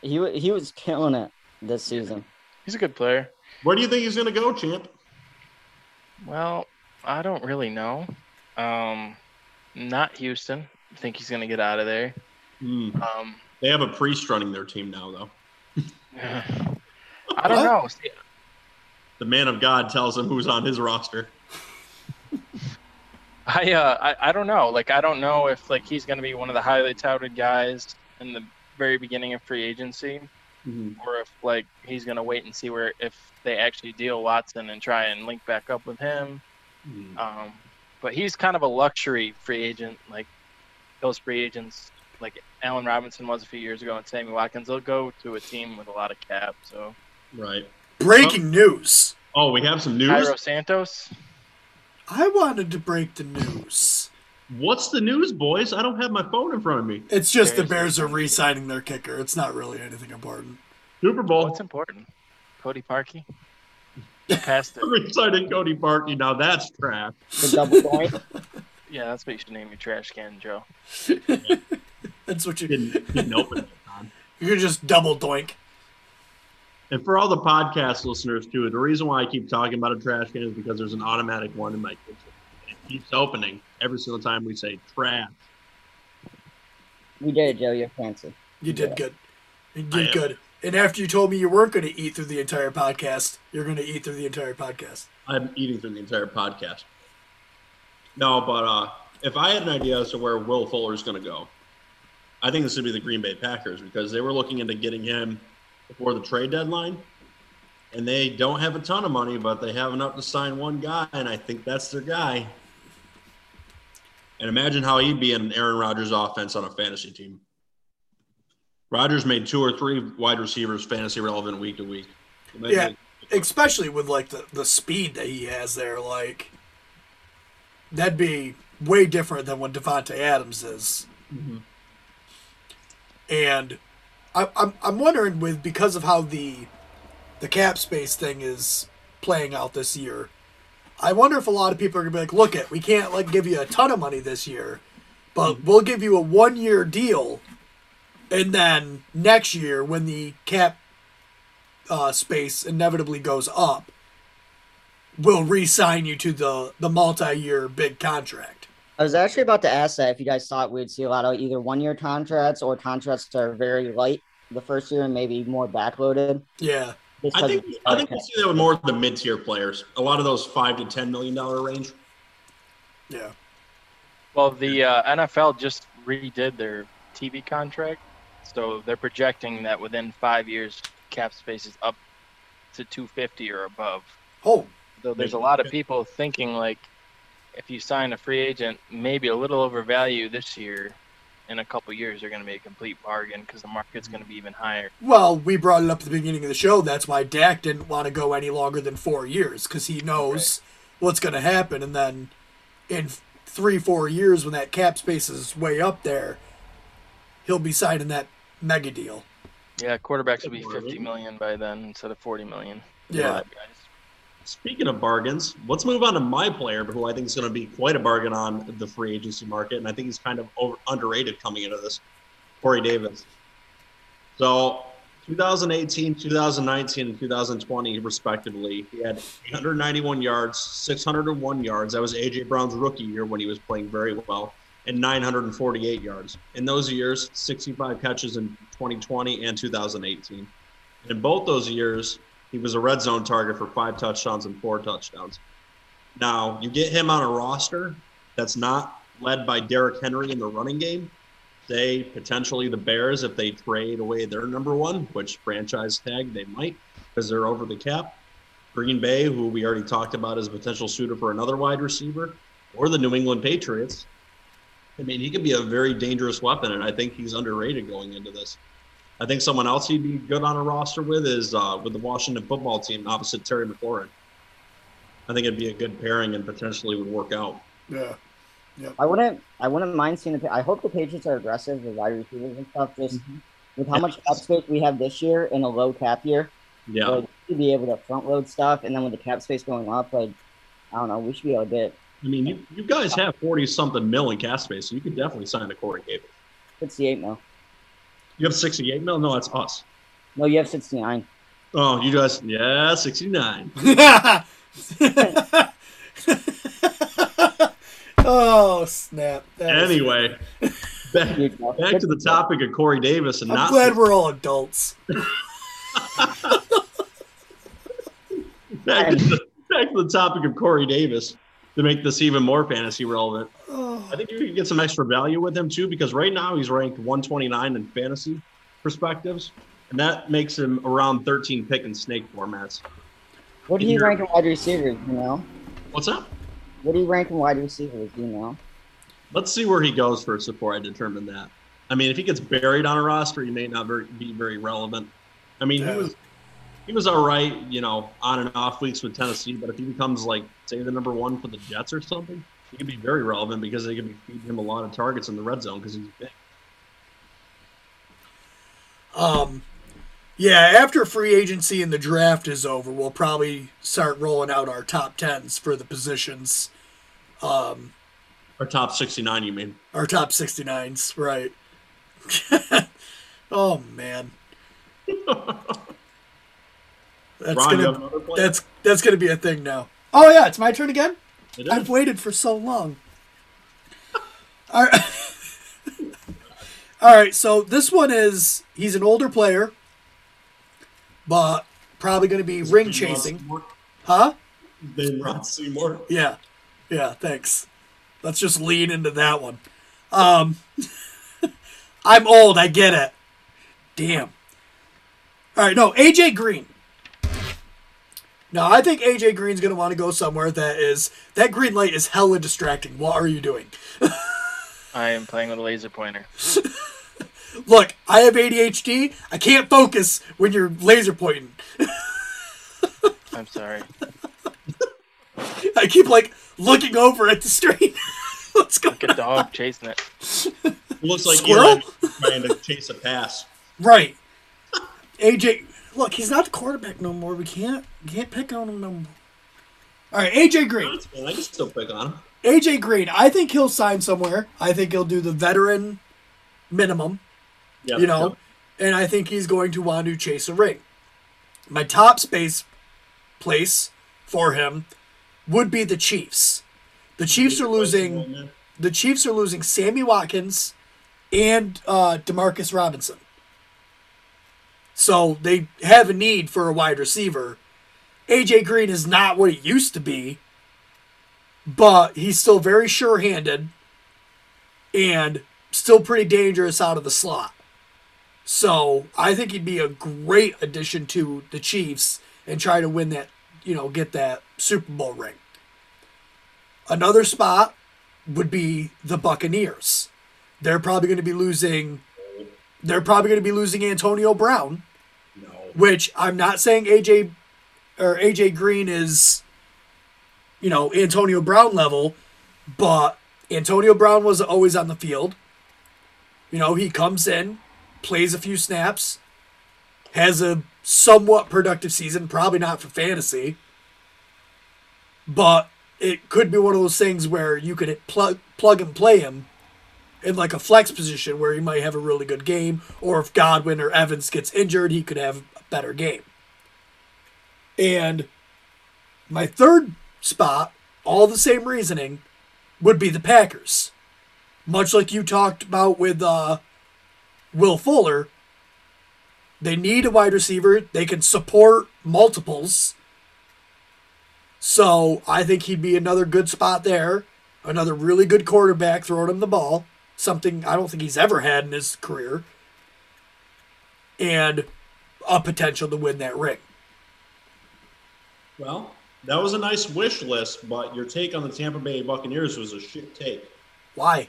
Speaker 4: he wa- he was killing it this season.
Speaker 3: He's a good player.
Speaker 2: Where do you think he's going to go, champ?
Speaker 3: Well, I don't really know. Um, not Houston. I think he's gonna get out of there.
Speaker 2: Hmm.
Speaker 3: Um,
Speaker 2: They have a priest running their team now, though.
Speaker 3: I don't know. See,
Speaker 2: The man of God tells him who's on his roster.
Speaker 3: I, uh, I I don't know. Like I don't know if like he's gonna be one of the highly touted guys in the very beginning of free agency, or if like he's gonna wait and see where if they actually deal Watson and try and link back up with him.
Speaker 2: Mhm.
Speaker 3: Um, but he's kind of a luxury free agent, like those free agents, like Allen Robinson was a few years ago, and Sammy Watkins. They'll go to a team with a lot of cap. So
Speaker 2: Right.
Speaker 1: Breaking news.
Speaker 2: Oh, we have some news.
Speaker 3: Cairo Santos,
Speaker 1: I wanted to break the news.
Speaker 2: What's the news, boys? I don't have my phone in front of me.
Speaker 1: It's just the
Speaker 3: Bears.
Speaker 1: Bears are re-signing their kicker. It's not really anything important.
Speaker 2: Super Bowl.
Speaker 3: what's important? Cody Parkey. He Passed it.
Speaker 2: We're signing Cody Barkey. Now that's trash.
Speaker 4: The double point.
Speaker 3: Yeah, that's what you should name your trash can, Joe.
Speaker 1: That's what you
Speaker 2: Didn't,
Speaker 1: you
Speaker 2: didn't open it. Tom.
Speaker 1: could just double doink.
Speaker 2: And for all the podcast listeners too, the reason why I keep talking about a trash can is because there's an automatic one in my kitchen. It keeps opening every single time we say trash.
Speaker 4: We did it, Joe. You're fancy.
Speaker 1: You did
Speaker 4: Yeah.
Speaker 1: good. You
Speaker 2: I
Speaker 1: did
Speaker 2: am.
Speaker 1: good. And after you told me you weren't going to eat through the entire podcast, you're going to eat through the entire podcast.
Speaker 2: I'm eating through the entire podcast. No, but uh, if I had an idea as to where Will Fuller is going to go, I think this would be the Green Bay Packers because they were looking into getting him before the trade deadline, and they don't have a ton of money, but they have enough to sign one guy, and I think that's their guy. And imagine how he'd be in an Aaron Rodgers offense on a fantasy team. Rodgers made two or three wide receivers fantasy relevant week to week. Imagine
Speaker 1: Yeah. Especially with like the, the speed that he has there, like that'd be way different than what Devonte Adams is.
Speaker 2: Mhm.
Speaker 1: And I, I'm I'm wondering with because of how the the cap space thing is playing out this year, I wonder if a lot of people are gonna be like, look at we can't like give you a ton of money this year, but we'll give you a one year deal, and then next year when the cap uh, space inevitably goes up, we'll re-sign you to the the multi-year big contract.
Speaker 4: I was actually about to ask that if you guys thought we'd see a lot of either one year contracts or contracts that are very light the first year and maybe more backloaded.
Speaker 1: Yeah,
Speaker 4: Just
Speaker 2: I
Speaker 4: 'cause
Speaker 2: think
Speaker 4: of the
Speaker 2: I think we'll
Speaker 4: contract.
Speaker 2: see that with more of the mid tier players. A lot of those five to ten million dollar range.
Speaker 1: yeah.
Speaker 3: Well, the uh, NFL just redid their TV contract, so they're projecting that within five years, cap space is up to 250 or above.
Speaker 1: Oh,
Speaker 3: Though there's a lot of people thinking like, if you sign a free agent, maybe a little overvalued this year, in a couple years are going to be a complete bargain because the market's going to be even higher.
Speaker 1: Well, we brought it up at the beginning of the show. That's why Dak didn't want to go any longer than four years because he knows what's going to happen. And then in three, four years, when that cap space is way up there, he'll be signing that mega deal.
Speaker 3: Yeah, quarterbacks will be 50 million by then instead of 40 million.
Speaker 1: Yeah.
Speaker 2: Speaking of bargains, let's move on to my player, who I think is going to be quite a bargain on the free agency market, and I think he's kind of over, underrated coming into this. Corey Davis. So, 2018, 2019, and 2020, respectively, he had 891 yards, 601 yards. That was AJ Brown's rookie year when he was playing very well, and 948 yards. In those years, 65 catches in 2020 and 2018. And in both those years, he was a red zone target for five touchdowns and four touchdowns. Now, you get him on a roster that's not led by Derrick Henry in the running game. They potentially, the Bears, if they trade away their number one, which franchise tag they might because they're over the cap. Green Bay, who we already talked about as a potential suitor for another wide receiver, or the New England Patriots. I mean, he could be a very dangerous weapon, and I think he's underrated going into this. I think someone else he'd be good on a roster with is uh, with the Washington football team opposite Terry McLaurin. I think it'd be a good pairing and potentially would work out.
Speaker 1: Yeah.
Speaker 4: I wouldn't. I wouldn't mind seeing the. I hope the Patriots are aggressive with wide receivers and stuff. Just with how much cap space we have this year in a low cap year,
Speaker 2: Yeah.
Speaker 4: like, to be able to front load stuff, and then with the cap space going up, like I don't know, we should be able to get
Speaker 2: I mean, you, you guys have 40 something mil in cap space, so you could definitely sign a Corey Gable.
Speaker 4: 68 mil.
Speaker 2: You have 68 mil? No, that's us.
Speaker 4: No, you have 69.
Speaker 2: Oh, you guys, yeah, 69.
Speaker 1: oh snap! That was-
Speaker 2: Anyway, back,
Speaker 4: Huge mil.
Speaker 2: back to the topic of Corey Davis and
Speaker 1: I'm
Speaker 2: not.
Speaker 1: glad we're all adults.
Speaker 2: back, to the, back to the topic of Corey Davis to make this even more fantasy relevant.
Speaker 1: Oh,
Speaker 2: I think you can get some extra value with him too, because right now he's ranked 129 in fantasy perspectives, and that makes him around 13 pick and snake formats.
Speaker 4: What do you
Speaker 2: You're-
Speaker 4: rank in wide receivers? You know,
Speaker 2: What's up?
Speaker 4: what do you rank in wide receivers? You know,
Speaker 2: Let's see where he goes first before I determine that. I mean, if he gets buried on a roster, he may not very, be very relevant. I mean,
Speaker 1: Yeah.
Speaker 2: he was he was all right, you know, on and off weeks with Tennessee, but if he becomes like say the number one for the Jets or something, he could be very relevant because they could be feeding him a lot of targets in the red zone because he's big.
Speaker 1: Um, yeah. After free agency and the draft is over, we'll probably start rolling out our top tens for the positions. Um,
Speaker 2: Or top 69, you mean?
Speaker 1: our top sixty nines, right? oh man, that's
Speaker 2: Ron, you have
Speaker 1: gonna
Speaker 2: another player?
Speaker 1: that's that's gonna be a thing now. Oh yeah, it's my turn again.
Speaker 2: It is.
Speaker 1: I've waited for so long. All right. All right, so this one is he's an older player, but probably going to be ring chasing, huh?
Speaker 2: Then Ron Seymour.
Speaker 1: Yeah, yeah. Thanks. Let's just lean into that one. Um, I'm old. I get it. Damn. All right. No, AJ Green. Now I think AJ Green's gonna want to go somewhere that is that green light is hella distracting. What are you doing?
Speaker 3: I am playing with a laser pointer.
Speaker 1: Look, I have ADHD. I can't focus when you're laser pointing.
Speaker 3: I'm sorry.
Speaker 1: I keep like looking over at the screen. What's going
Speaker 3: Good dog chasing it.
Speaker 2: It looks like
Speaker 1: Squirrel?
Speaker 2: Eli trying to chase a pass.
Speaker 1: Right. AJ, look, he's not the quarterback no more. We can't can't pick on him no more. All right, AJ Green.
Speaker 2: That's fine. I can still pick on him.
Speaker 1: AJ Green. I think he'll sign somewhere. I think he'll do the veteran minimum,
Speaker 2: Yeah,
Speaker 1: you know, and I think he's going to want to chase a ring. My top space place for him would be the Chiefs. The Chiefs are losing. The Chiefs are losing Sammy Watkins and uh, Demarcus Robinson. So they have a need for a wide receiver. AJ Green is not what he used to be, but he's still very sure handed and still pretty dangerous out of the slot. So I think he'd be a great addition to the Chiefs and try to win that, you know, get that Super Bowl ring. Another spot would be the Buccaneers. They're probably going to be losing. They're probably going to be losing Antonio Brown,
Speaker 2: No.
Speaker 1: which I'm not saying AJ or AJ Green is, you know, Antonio Brown level, but Antonio Brown was always on the field. You know, he comes in, plays a few snaps, has a somewhat productive season, probably not for fantasy, but it could be one of those things where you could plug plug and play him in like a flex position where he might have a really good game, or if Godwin or Evans gets injured, he could have a better game. And my third spot, all the same reasoning, would be the Packers. Much like you talked about with uh, Will Fuller, they need a wide receiver. They can support multiples. So I think he'd be another good spot there. Another really good quarterback throwing him the ball. Something I don't think he's ever had in his career. And a potential to win that ring.
Speaker 2: Well, that was a nice wish list, but your take on the Tampa Bay Buccaneers was a shit take
Speaker 1: Why?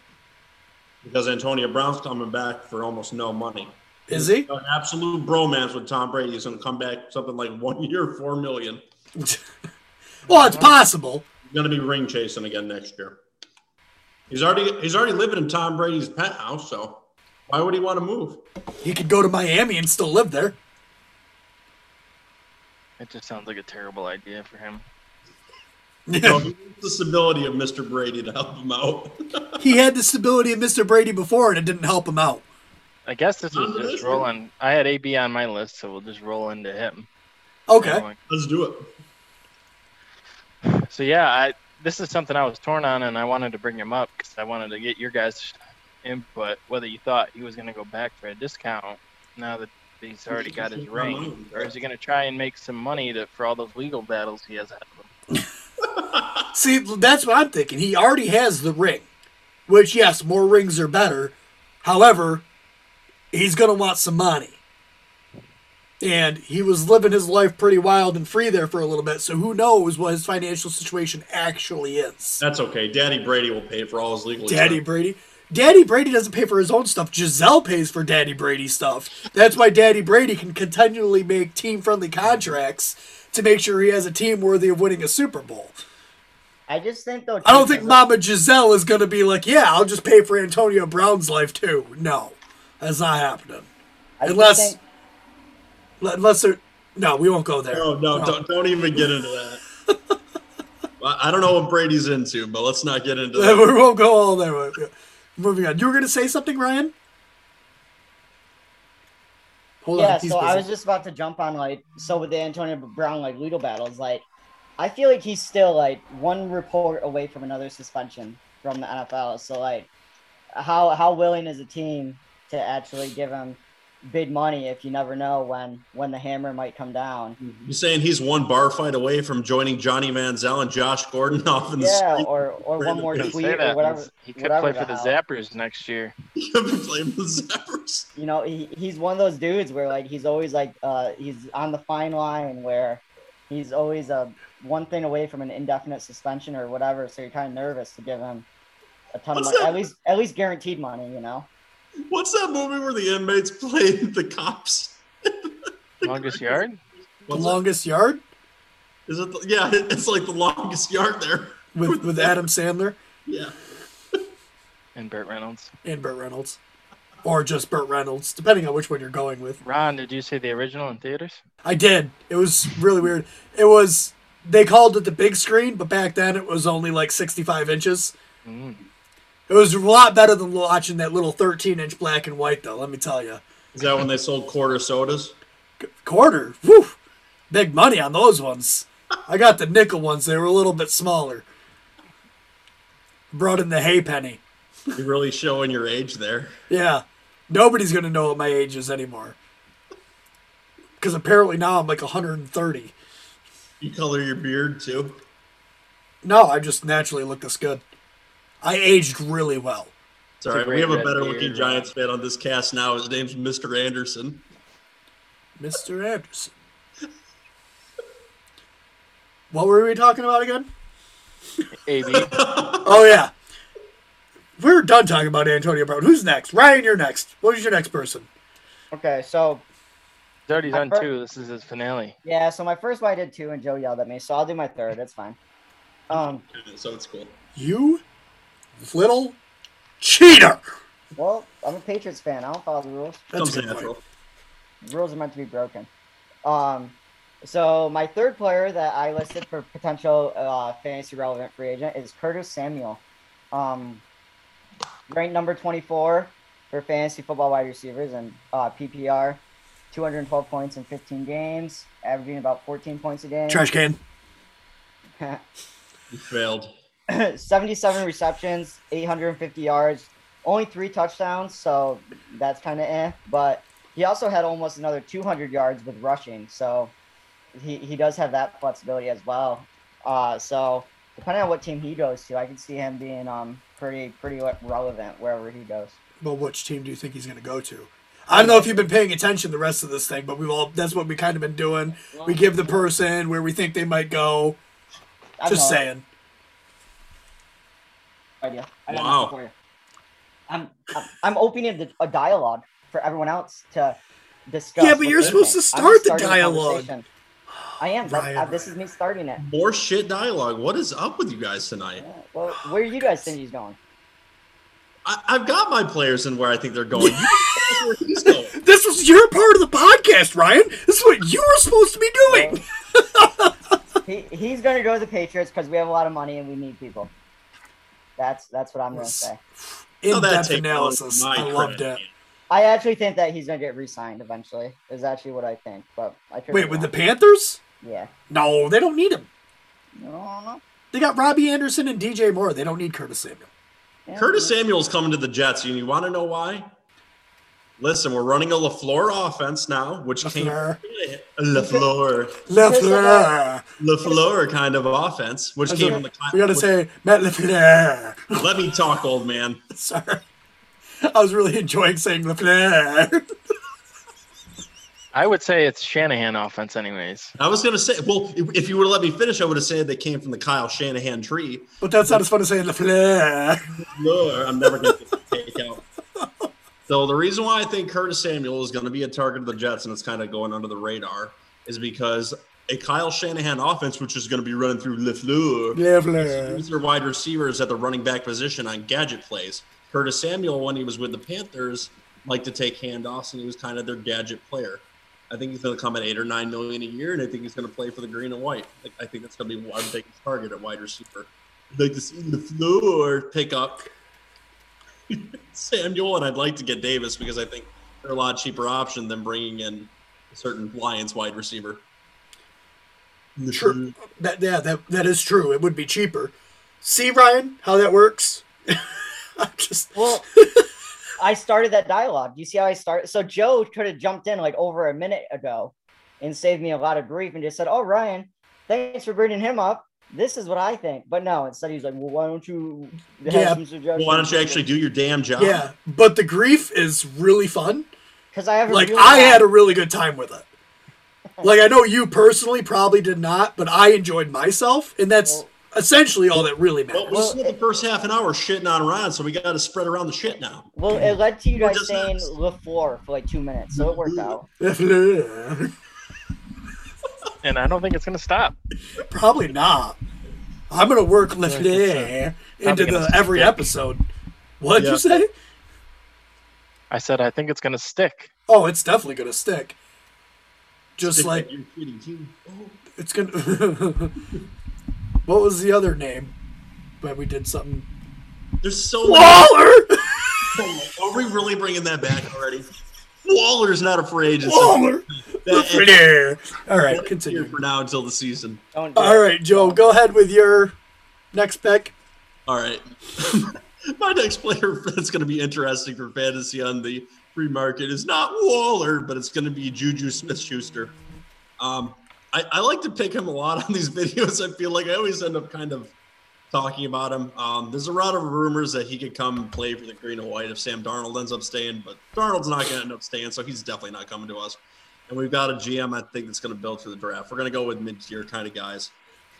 Speaker 2: because Antonio Brown's coming back for almost no money.
Speaker 1: Is he?
Speaker 2: An absolute bromance with Tom Brady is going to come back something like one year, four million.
Speaker 1: Well, it's possible.
Speaker 2: He's going to be ring chasing again next year. He's already he's already living in Tom Brady's penthouse, so why would he want to move?
Speaker 1: He could go to Miami and still live there.
Speaker 3: It just sounds like a terrible idea for him.
Speaker 2: No, he needs the stability of Mr. Brady to help him out.
Speaker 1: he had the stability of Mr. Brady before, and it didn't help him out.
Speaker 3: I guess this was
Speaker 2: On the
Speaker 3: just
Speaker 2: list?
Speaker 3: rolling. I had AB on my list, so we'll just roll into him.
Speaker 1: Okay.
Speaker 2: Let's do it.
Speaker 3: So yeah, I, this is something I was torn on, and I wanted to bring him up because I wanted to get your guys' input whether you thought he was going to go back for a discount now that he's already got his ring, or is he going to try and make some money to, for all those legal battles he has ahead of him?
Speaker 1: See, that's what I'm thinking. He already has the ring, which, yes, more rings are better. However, he's going to want some money. And he was living his life pretty wild and free there for a little bit, so who knows what his financial situation actually is.
Speaker 2: That's okay. Daddy Brady will pay for all his legal.
Speaker 1: Daddy Brady. Daddy Brady doesn't pay for his own stuff. Giselle pays for Daddy Brady stuff. That's why Daddy Brady can continually make team friendly contracts to make sure he has a team worthy of winning a Super Bowl.
Speaker 4: I just think though.
Speaker 1: I don't think
Speaker 4: Giselle-
Speaker 1: Mama Giselle is going to be like, yeah, I'll just pay for Antonio Brown's life too. No, that's not happening.
Speaker 4: I just
Speaker 1: Unless,
Speaker 4: think-
Speaker 1: unless they're. No, we won't go there.
Speaker 2: No, no, Don't, don't even get into that. I I don't know what Brady's into, but let's not get into
Speaker 1: We
Speaker 2: that.
Speaker 1: won't go all there. Moving on. You were going to say something, Ryan? Hold
Speaker 4: yeah,
Speaker 1: on. he's
Speaker 4: so I
Speaker 1: busy.
Speaker 4: was just about to jump on like so with the Antonio Brown like legal battles, like I feel like he's still like one report away from another suspension from the NFL. So like how how willing is a team to actually give him big money if you never know when when the hammer might come down.
Speaker 2: You saying he's one bar fight away from joining Johnny Manziel and Josh Gordon off in the
Speaker 4: Yeah,
Speaker 2: street?
Speaker 4: or or one more
Speaker 2: Say
Speaker 4: tweet
Speaker 3: Say
Speaker 4: or
Speaker 3: that.
Speaker 4: whatever.
Speaker 3: he could
Speaker 4: whatever
Speaker 3: play for the
Speaker 4: hell.
Speaker 3: Zappers next year.
Speaker 2: He could be playing the Zappers.
Speaker 4: you know he, he's one of those dudes where like he's always like uh he's on the fine line where he's always uh, one thing away from an indefinite suspension or whatever so you're kind of nervous to give him a ton
Speaker 2: What's
Speaker 4: of money
Speaker 2: that?
Speaker 4: at least at least guaranteed money you know
Speaker 2: What's that movie where the inmates play the cops?
Speaker 3: Longest yard?
Speaker 1: the
Speaker 2: What's that?
Speaker 1: longest yard
Speaker 2: Is it? The, yeah, it's like the longest yard there.
Speaker 1: with with Adam Sandler
Speaker 2: Yeah.
Speaker 3: And Burt Reynolds.
Speaker 1: and Burt Reynolds, or just Burt Reynolds, depending on which one you're going with.
Speaker 3: Ron, did you see the original in theaters?
Speaker 1: I did. It was really weird. It was they called it the big screen, but back then it was only like 65 inches.
Speaker 3: Mm.
Speaker 1: It was a lot better than watching that little 13 inch black and white, though. Let me tell you,
Speaker 2: Is that when they sold quarter sodas?
Speaker 1: quarter, whew, big money on those ones. I got the nickel ones; they were a little bit smaller. Brought in the hay penny.
Speaker 2: You're really showing your age there.
Speaker 1: Yeah. Nobody's going to know what my age is anymore. Because apparently now I'm like 130.
Speaker 2: You color your beard too.
Speaker 1: No, I just naturally look this good. I aged really well.
Speaker 2: It's all right. We
Speaker 3: great
Speaker 2: have a
Speaker 3: red
Speaker 2: better
Speaker 3: beard,
Speaker 2: looking
Speaker 3: right?
Speaker 2: Giants fan on this cast now. His name's Mr. Anderson.
Speaker 1: Mr. Anderson. What were we talking about again?
Speaker 3: AB.
Speaker 1: Oh, yeah. We're done talking about Antonio Brown. Who's next? Ryan, you're next. Who's your next person?
Speaker 4: Okay, so
Speaker 3: Jody's
Speaker 4: I
Speaker 3: on
Speaker 4: heard-
Speaker 3: two. This is his finale.
Speaker 4: yeah, so my first one I did two, and Joe yelled at me, so I'll do my third. It's fine. Um,
Speaker 2: So it's cool.
Speaker 1: You little cheater.
Speaker 4: well, I'm a Patriots fan. I don't follow the rules.
Speaker 1: That's
Speaker 2: Comes
Speaker 1: a good
Speaker 2: natural.
Speaker 1: point.
Speaker 4: rules are meant to be broken. Um, so my third player that I listed for potential uh, fantasy relevant free agent is Curtis Samuel, um, ranked number 24 for fantasy football wide receivers and uh, PPR, 212 points in 15 games, averaging about 14 points a game.
Speaker 1: Trash can.
Speaker 2: You failed.
Speaker 4: 77 receptions, 850 yards, only three touchdowns, so that's kind of eh. But he also had almost another 200 yards with rushing, so he, he does have that flexibility as well. Uh, so depending on what team he goes to, I can see him being um pretty pretty le- relevant wherever he goes.
Speaker 1: Well, which team do you think he's going to go to? I don't know if you've been paying attention the rest of this thing, but we've all that's what we kind of been doing. We give the person where we think they might go.
Speaker 4: I have
Speaker 1: Just
Speaker 4: no
Speaker 1: saying.
Speaker 4: Idea. I got
Speaker 2: Wow.
Speaker 4: nothing for you. I'm I'm- I'm opening the, a dialogue for everyone else to discuss.
Speaker 1: Yeah, but
Speaker 4: what
Speaker 1: you're
Speaker 4: they
Speaker 1: supposed
Speaker 4: think.
Speaker 1: to
Speaker 4: I'm
Speaker 1: start
Speaker 4: just
Speaker 1: the
Speaker 4: starting
Speaker 1: dialogue.
Speaker 4: conversation. I am. but,
Speaker 1: Ryan,
Speaker 4: uh, this is me starting it.
Speaker 2: More shit dialogue. What is up with you guys tonight?
Speaker 4: Yeah, Well, where do you guys think he's going?
Speaker 2: I, I've got my players in where I think they're going. You don't know where he's going.
Speaker 1: This was your part of the podcast, Ryan. This is what you were supposed to be doing.
Speaker 4: He he's going to go to the Patriots because we have a lot of money and we need people. That's that's what I'm going to say.
Speaker 2: No,
Speaker 1: In
Speaker 2: that
Speaker 1: depth
Speaker 2: takes
Speaker 1: analysis.
Speaker 2: all my
Speaker 1: I loved
Speaker 2: credit.
Speaker 1: it.
Speaker 4: I actually think that he's going to get re-signed eventually. Is actually what I think. But I could be
Speaker 1: Wait, with the
Speaker 4: wrong.
Speaker 1: Panthers?
Speaker 4: yeah.
Speaker 1: No, they don't need him.
Speaker 4: No, no, no.
Speaker 1: They got Robbie Anderson and DJ Moore. They don't need Curtis Samuel.
Speaker 4: Yeah.
Speaker 2: Curtis Samuel's coming to the Jets, and you want to know why? Listen, we're running a LaFleur offense now, which came
Speaker 1: LaFleur.
Speaker 2: LaFleur,
Speaker 1: Lefleur.
Speaker 2: LaFleur kind of offense, which
Speaker 1: That's
Speaker 2: came
Speaker 1: it.
Speaker 2: from the
Speaker 1: We gotta say Matt Lefleur.
Speaker 2: Let me talk, old man.
Speaker 1: Sorry. I was really enjoying saying Lefleur.
Speaker 3: I would say it's Shanahan offense, anyways.
Speaker 2: I was gonna say, well, if if you would have let me finish, I would have said they came from the Kyle Shanahan tree.
Speaker 1: But that's not as fun as saying Lefleur.
Speaker 2: Lure, I'm never gonna take out. So the reason why I think Curtis Samuel is gonna be a target of the Jets and it's kind of going under the radar is because a Kyle Shanahan offense, which is gonna be running through LeFleur.
Speaker 1: Lefleur.
Speaker 2: These are wide receivers at the running back position on gadget plays. Curtis Samuel, when he was with the Panthers, liked to take handoffs, and he was kind of their gadget player. I think he's going to come at eight or nine million a year, and I think he's going to play for the green and white. I- I think that's going to be our biggest target at wide receiver. I'd like to see the floor pick up Samuel, and I'd like to get Davis because I think they're a lot cheaper option than bringing in a certain Lions wide receiver.
Speaker 1: True. That yeah, that that is true. It would be cheaper. See Ryan, how that works? I'm just
Speaker 4: Well, I started that dialogue. Do you see how I start? So Joe could have jumped in like over a minute ago and saved me a lot of grief and just said, "Oh, Ryan, thanks for bringing him up. This is what I think." But no, instead he's like, "Well, why don't you have
Speaker 1: Yeah.
Speaker 4: some suggestions?"
Speaker 2: Well, why don't you actually do your damn job?
Speaker 1: Yeah. But the grief is really fun.
Speaker 4: Because I have a
Speaker 1: Like
Speaker 4: really
Speaker 1: I
Speaker 4: bad-
Speaker 1: had a really good time with it. Like I know you personally probably did not, but I enjoyed myself, and that's
Speaker 4: Well-
Speaker 1: essentially all that really
Speaker 2: Well,
Speaker 1: matters.
Speaker 2: we spent the first half an hour shitting on Ron, so we got to spread around the shit now.
Speaker 4: Well, it led to you
Speaker 2: We're
Speaker 4: guys
Speaker 2: just
Speaker 4: saying
Speaker 2: nuts.
Speaker 4: LaFleur for like two minutes, so it worked out.
Speaker 3: And I don't think it's going to stop.
Speaker 1: probably not. I'm gonna work Lefleur into
Speaker 3: gonna
Speaker 1: the
Speaker 3: stick
Speaker 1: every
Speaker 3: it.
Speaker 1: episode. What'd
Speaker 2: Yeah.
Speaker 1: you say?
Speaker 3: I said I think it's going to stick.
Speaker 1: Oh, it's definitely gonna stick. Just like
Speaker 2: you're kidding too. Oh,
Speaker 1: It's gonna. what was the other name? But we did something.
Speaker 2: There's so many.
Speaker 1: Waller.
Speaker 2: Are we really bringing that back already? Waller's not a free agent. so
Speaker 1: Waller.
Speaker 2: that-
Speaker 1: There. All right,
Speaker 2: it's here
Speaker 1: continue.
Speaker 2: for now until the season.
Speaker 4: Don't do
Speaker 1: All
Speaker 4: it.
Speaker 1: right, Joe, go ahead with your next pick.
Speaker 2: All right. My next player that's going to be interesting for fantasy on the free market is not Waller, but it's going to be Juju Smith Schuster. Um, I, I like to pick him a lot on these videos. I feel like I always end up kind of talking about him. Um, there's a lot of rumors that he could come play for the green and white if Sam Darnold ends up staying, but Darnold's not going to end up staying, so he's definitely not coming to us. And we've got a GM, I think, that's going to build for the draft. We're going to go with mid tier kind of guys.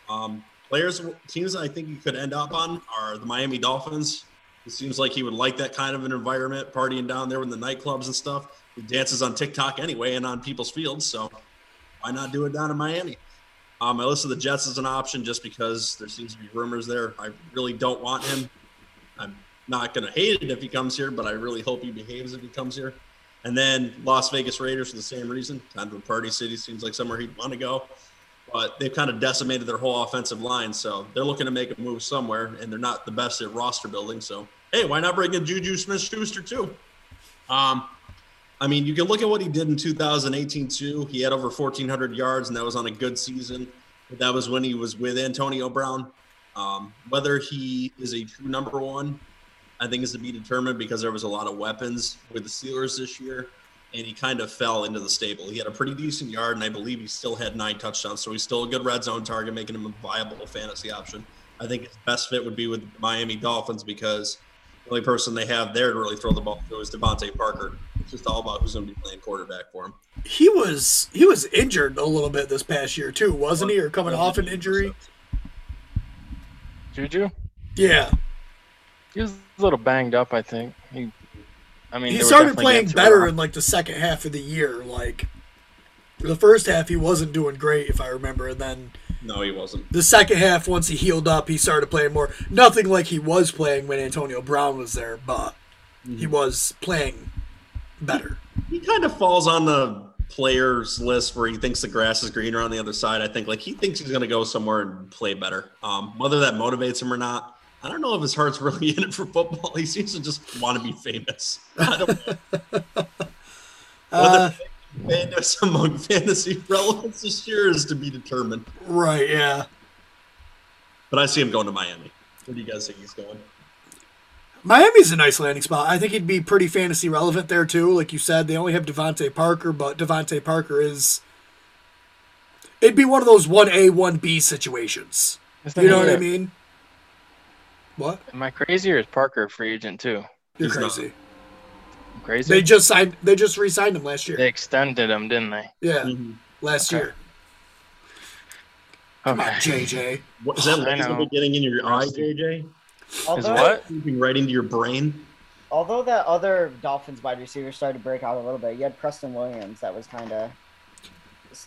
Speaker 2: Um, players, teams I think you could end up on are the Miami Dolphins, It seems like he would like that kind of an environment, partying down there in the nightclubs and stuff. He dances on TikTok anyway and on people's fields, so why not do it down in Miami? Um, I listed the Jets as an option just because there seems to be rumors there. I really don't want him. I'm not going to hate it if he comes here, but I really hope he behaves if he comes here. And then Las Vegas Raiders for the same reason. Kind of a party city seems like somewhere he'd want to go, but they've kind of decimated their whole offensive line, so they're looking to make a move somewhere, and they're not the best at roster building. So hey, why not bring in Juju Smith-Schuster too? Um, I mean, you can look at what he did in 2018 too. He had over 1,400 yards, and that was on a good season. But that was when he was with Antonio Brown. Um, whether he is a true number one, I think is to be determined because there was a lot of weapons with the Steelers this year, and he kind of fell into the stable. He had a pretty decent yard, and I believe he still had nine touchdowns, so he's still a good red zone target, making him a viable fantasy option. I think his best fit would be with the Miami Dolphins because the only person they have there to really throw the ball to is Devontae Parker. It's just all about who's going to be playing quarterback for him.
Speaker 1: He was he was injured a little bit this past year too, wasn't he? Or coming off an injury?
Speaker 3: Juju,
Speaker 1: Yeah,
Speaker 3: he was a little banged up. I think he. I mean,
Speaker 1: he
Speaker 3: they were
Speaker 1: started
Speaker 3: definitely
Speaker 1: playing
Speaker 3: getting through
Speaker 1: better
Speaker 3: it.
Speaker 1: in like the second half of the year. Like the first half, he wasn't doing great, if I remember, and then
Speaker 2: No, he wasn't.
Speaker 1: the second half, once he healed up, he started playing more. Nothing like he was playing when Antonio Brown was there, but
Speaker 3: Mm-hmm.
Speaker 1: he was playing better.
Speaker 2: he kind of falls on the players list where he thinks the grass is greener on the other side. I think like he thinks he's going to go somewhere and play better. Um, whether that motivates him or not, I don't know if his heart's really in it for football. He seems to just want to be famous. I don't know.
Speaker 1: Uh,
Speaker 2: Whether famous among fantasy relevance this year is to be determined.
Speaker 1: right? Yeah.
Speaker 2: But I see him going to Miami. Where do you guys think he's going?
Speaker 1: Miami's a nice landing spot. I think he'd be pretty fantasy relevant there too. Like you said, they only have Devonte Parker, but Devonte Parker is it'd be one of those one A one B situations.
Speaker 3: Isn't
Speaker 1: You know what I
Speaker 3: he-
Speaker 1: mean? What?
Speaker 3: Am I crazy or is Parker free agent too?
Speaker 1: You're
Speaker 2: He's not.
Speaker 1: crazy.
Speaker 3: I'm crazy.
Speaker 1: They just signed. They just re-signed him last year.
Speaker 3: They extended him, didn't they?
Speaker 1: Yeah,
Speaker 2: Mm-hmm.
Speaker 1: last
Speaker 3: Okay.
Speaker 1: year. Come on,
Speaker 3: Okay.
Speaker 1: JJ.
Speaker 2: What is that
Speaker 3: I know.
Speaker 2: laser getting in your eye, JJ?
Speaker 3: Is
Speaker 4: Although,
Speaker 3: what?
Speaker 2: Creeping right into your brain.
Speaker 4: although that other Dolphins wide receiver started to break out a little bit, you had Preston Williams that was kind of.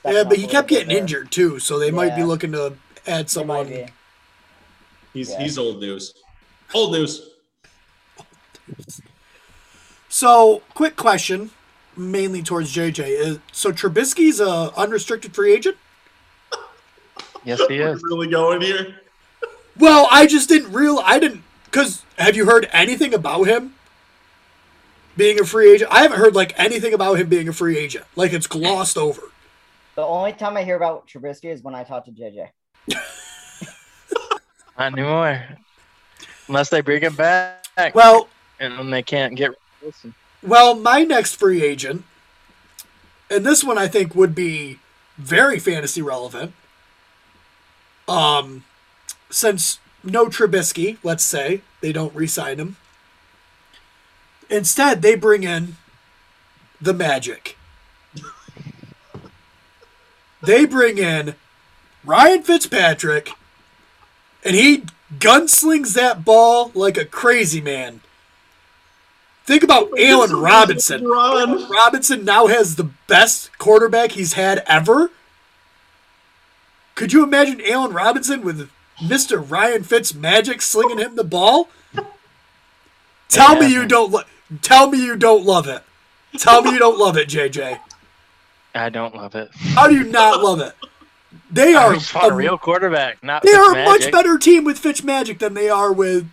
Speaker 1: Yeah, but he kept getting injured too, so they might be
Speaker 4: Yeah.
Speaker 1: looking to add someone.
Speaker 2: He's
Speaker 4: Yeah.
Speaker 2: he's old news. Old news.
Speaker 1: So, quick question, mainly towards JJ. Is, so Trubisky's a unrestricted free agent.
Speaker 3: Yes, he
Speaker 2: We're
Speaker 3: is.
Speaker 2: really going here.
Speaker 1: Well, I just didn't real. I didn't because have you heard anything about him being a free agent? I haven't heard like anything about him being a free agent. Like it's glossed over.
Speaker 4: The only time I hear about Trubisky is when I talk to JJ.
Speaker 3: Not anymore. Unless they bring him back,
Speaker 1: Well,
Speaker 3: and then they can't get. Wilson.
Speaker 1: well, my next free agent, and this one I think would be very fantasy relevant. Um, since no Trubisky, let's say they don't re-sign him. Instead, they bring in the Magic. they bring in Ryan Fitzpatrick, and he gunslings that ball like a crazy man. Think about Allen Robinson.
Speaker 2: Run.
Speaker 1: Robinson now has the best quarterback he's had ever. Could you imagine Allen Robinson with Mr. Ryan Fitz magic slinging him the ball? Tell me you don't lo- tell me you don't love it. Tell me you don't love it, JJ.
Speaker 3: I don't love it.
Speaker 1: How do you not love it? They
Speaker 3: I
Speaker 1: are
Speaker 3: just want a
Speaker 1: a-
Speaker 3: real quarterback, not
Speaker 1: they are a
Speaker 3: Fitzmagic.
Speaker 1: much better team with Fitz Magic than they are with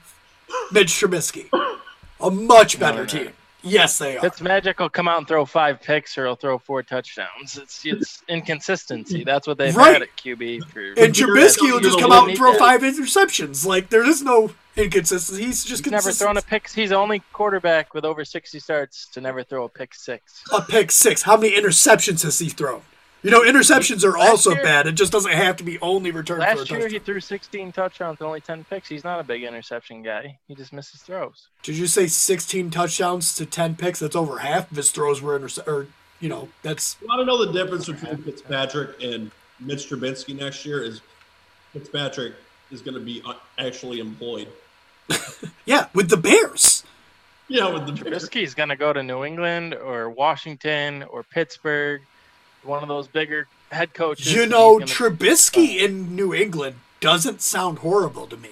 Speaker 1: Mitch Trubisky. A much better
Speaker 3: no.
Speaker 1: team. Yes, they are.
Speaker 3: Fitzmagic will come out and throw five picks, or he'll throw four touchdowns. It's it's inconsistency. That's what they've
Speaker 1: Right.
Speaker 3: had at QB for.
Speaker 1: And
Speaker 2: You're-
Speaker 1: Trubisky will just
Speaker 2: you're
Speaker 1: come out and
Speaker 3: need
Speaker 1: throw
Speaker 3: that.
Speaker 1: five interceptions. Like there is no inconsistency. He's just
Speaker 3: He's never
Speaker 1: consistent.
Speaker 3: thrown a pick. He's the only quarterback with over sixty starts to never throw a pick six.
Speaker 1: a pick six. How many interceptions has he thrown? You know, interceptions are
Speaker 3: Last
Speaker 1: also
Speaker 3: year-
Speaker 1: bad. It just doesn't have to be only returned for a
Speaker 3: Last year
Speaker 1: touchdown.
Speaker 3: he threw sixteen touchdowns, and only ten picks. He's not a big interception guy. He just misses throws.
Speaker 1: Did you say sixteen touchdowns to ten picks? That's over half of his throws were intercept. Or you know, that's
Speaker 2: You want to know the difference between Fitzpatrick and Mitch Trubisky next year is Fitzpatrick is going to be uh, actually employed.
Speaker 1: Yeah, with the Bears.
Speaker 2: Yeah, with the Bears.
Speaker 3: Trubisky's going to go to New England or Washington or Pittsburgh, one of those bigger head coaches.
Speaker 1: You
Speaker 3: and
Speaker 1: know,
Speaker 3: he's gonna-
Speaker 1: Trubisky in New England doesn't sound horrible to me.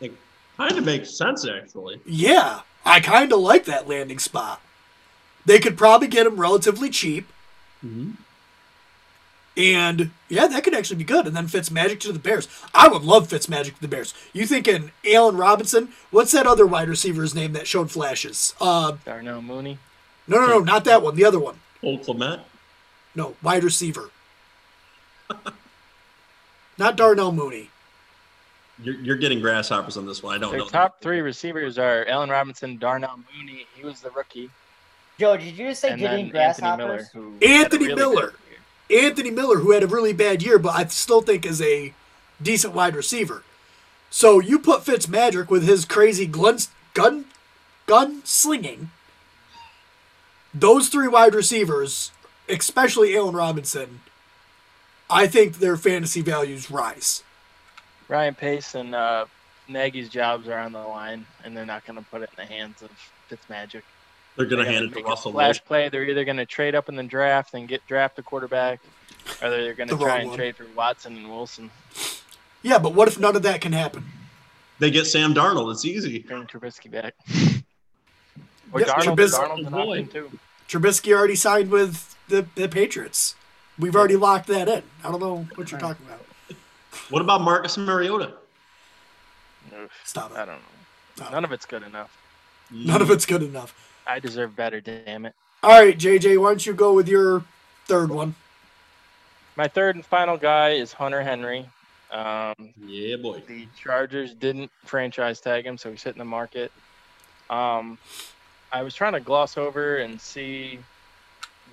Speaker 2: It kind of makes sense actually.
Speaker 1: Yeah, I kind of like that landing spot. They could probably get him relatively cheap,
Speaker 2: Mm-hmm.
Speaker 1: and yeah, that could actually be good. And then Fitzmagic to the Bears. I would love Fitzmagic to the Bears. You thinking Allen Robinson? What's that other wide receiver's name that showed flashes? Uh,
Speaker 3: Darnell Mooney.
Speaker 1: no, no, no, not that one. The other one.
Speaker 2: Old Clement.
Speaker 1: No, wide receiver. not Darnell Mooney.
Speaker 2: You're, you're getting grasshoppers on this one. I don't
Speaker 3: Their
Speaker 2: know.
Speaker 3: top three receivers are Allen Robinson, Darnell Mooney. He was the rookie.
Speaker 4: Joe, did you just say
Speaker 3: And
Speaker 4: Gideon
Speaker 3: then Anthony Miller.
Speaker 4: Grasshoppers?
Speaker 3: Who
Speaker 1: Anthony
Speaker 3: had a really good
Speaker 1: Miller.
Speaker 3: year.
Speaker 1: Anthony Miller, who had a really bad year, but I still think is a decent wide receiver. So you put Fitzmagic with his crazy gun gun gun slinging. Those three wide receivers, especially Allen Robinson, I think their fantasy values rise.
Speaker 3: Ryan Pace and uh, Nagy's jobs are on the line, and they're not going to put it in the hands of Fitzmagic.
Speaker 2: They're going to
Speaker 3: They
Speaker 2: hand
Speaker 3: gotta
Speaker 2: it to
Speaker 3: make a
Speaker 2: Russell
Speaker 3: Flash
Speaker 2: Wilson.
Speaker 3: play. They're either going to trade up in the draft and get draft a quarterback, or they're going to
Speaker 1: The wrong
Speaker 3: try and
Speaker 1: one.
Speaker 3: trade for Watson and Wilson.
Speaker 1: Yeah, but what if none of that can happen?
Speaker 2: They get Sam Darnold. It's easy.
Speaker 3: Bring Trubisky back. Or
Speaker 1: Yes,
Speaker 3: Darnold.
Speaker 1: Trubisky-
Speaker 3: Darnold's an
Speaker 2: Boy.
Speaker 3: option too.
Speaker 1: Trubisky already signed with the, the Patriots. We've already locked that in. I don't know what you're talking about.
Speaker 2: What about Marcus Mariota?
Speaker 3: Oof,
Speaker 1: Stop
Speaker 3: I
Speaker 1: it.
Speaker 3: don't know.
Speaker 1: Stop.
Speaker 3: None of it's good enough.
Speaker 1: None of it's good enough.
Speaker 3: I deserve better. Damn it.
Speaker 1: All right, JJ, why don't you go with your third one?
Speaker 3: My third and final guy is Hunter Henry. Um,
Speaker 2: Yeah, boy.
Speaker 3: the Chargers didn't franchise tag him, so he's hitting the market. Um, I was trying to gloss over and see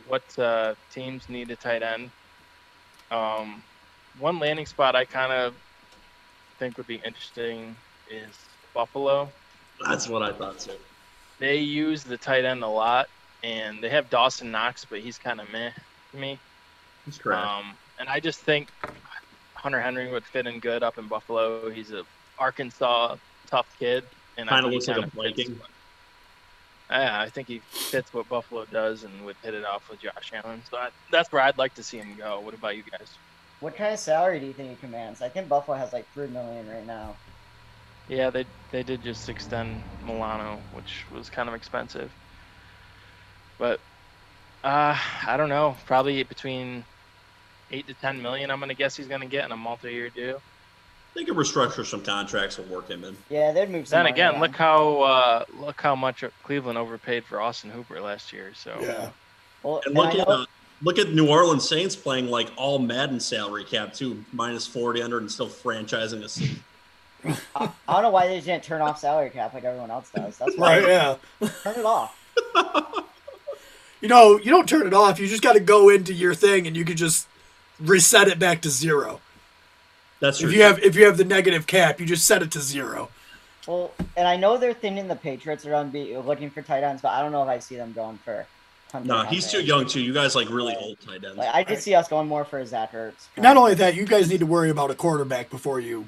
Speaker 3: what uh, teams need a tight end. Um, one landing spot I kind of think would be interesting is Buffalo.
Speaker 2: That's what I thought too.
Speaker 3: They use the tight end a lot, and they have Dawson Knox, but he's kind of meh to me.
Speaker 2: He's correct.
Speaker 3: Um, and I just think Hunter Henry would fit in good up in Buffalo. He's a Arkansas tough kid, and I
Speaker 2: Kinda
Speaker 3: think
Speaker 2: looks
Speaker 3: he
Speaker 2: like a
Speaker 3: kinda fits
Speaker 2: Viking.
Speaker 3: what- Yeah, I think he fits what Buffalo does, and would hit it off with Josh Allen. So I, that's where I'd like to see him go. What about you guys?
Speaker 4: What kind of salary do you think he commands? I think Buffalo has like three million right now.
Speaker 3: Yeah, they they did just extend Milano, which was kind of expensive. But uh, I don't know. Probably between eight to ten million. I'm gonna guess he's gonna get in a multi-year deal.
Speaker 2: they could restructure some contracts and work him in.
Speaker 4: Yeah, they'd move. some
Speaker 3: Then
Speaker 4: money
Speaker 3: again,
Speaker 4: around.
Speaker 3: look how uh, look how much Cleveland overpaid for Austin Hooper last year.
Speaker 2: Oh.
Speaker 3: So
Speaker 4: Well,
Speaker 2: And
Speaker 4: and I
Speaker 2: look at
Speaker 4: know-
Speaker 2: uh, look at New Orleans Saints playing like all Madden salary cap too, minus forty under, and still franchising us.
Speaker 4: I I don't know why they didn't turn off salary cap like everyone else does. That's why
Speaker 1: Right, yeah.
Speaker 4: turn it off.
Speaker 1: You know, you don't turn it off. You just got to go into your thing and you can just reset it back to zero.
Speaker 2: That's
Speaker 1: If
Speaker 2: true.
Speaker 1: you have if you have the negative cap, you just set it to zero.
Speaker 4: Well, and I know they're thinning the Patriots around be looking for tight ends, but I don't know if I see them going for. Hunter
Speaker 2: no,
Speaker 4: Henry.
Speaker 2: he's too young too. You guys like really old tight ends.
Speaker 4: Like, I could see us going more for Zach Ertz.
Speaker 1: Not only that, you guys need to worry about a quarterback before you.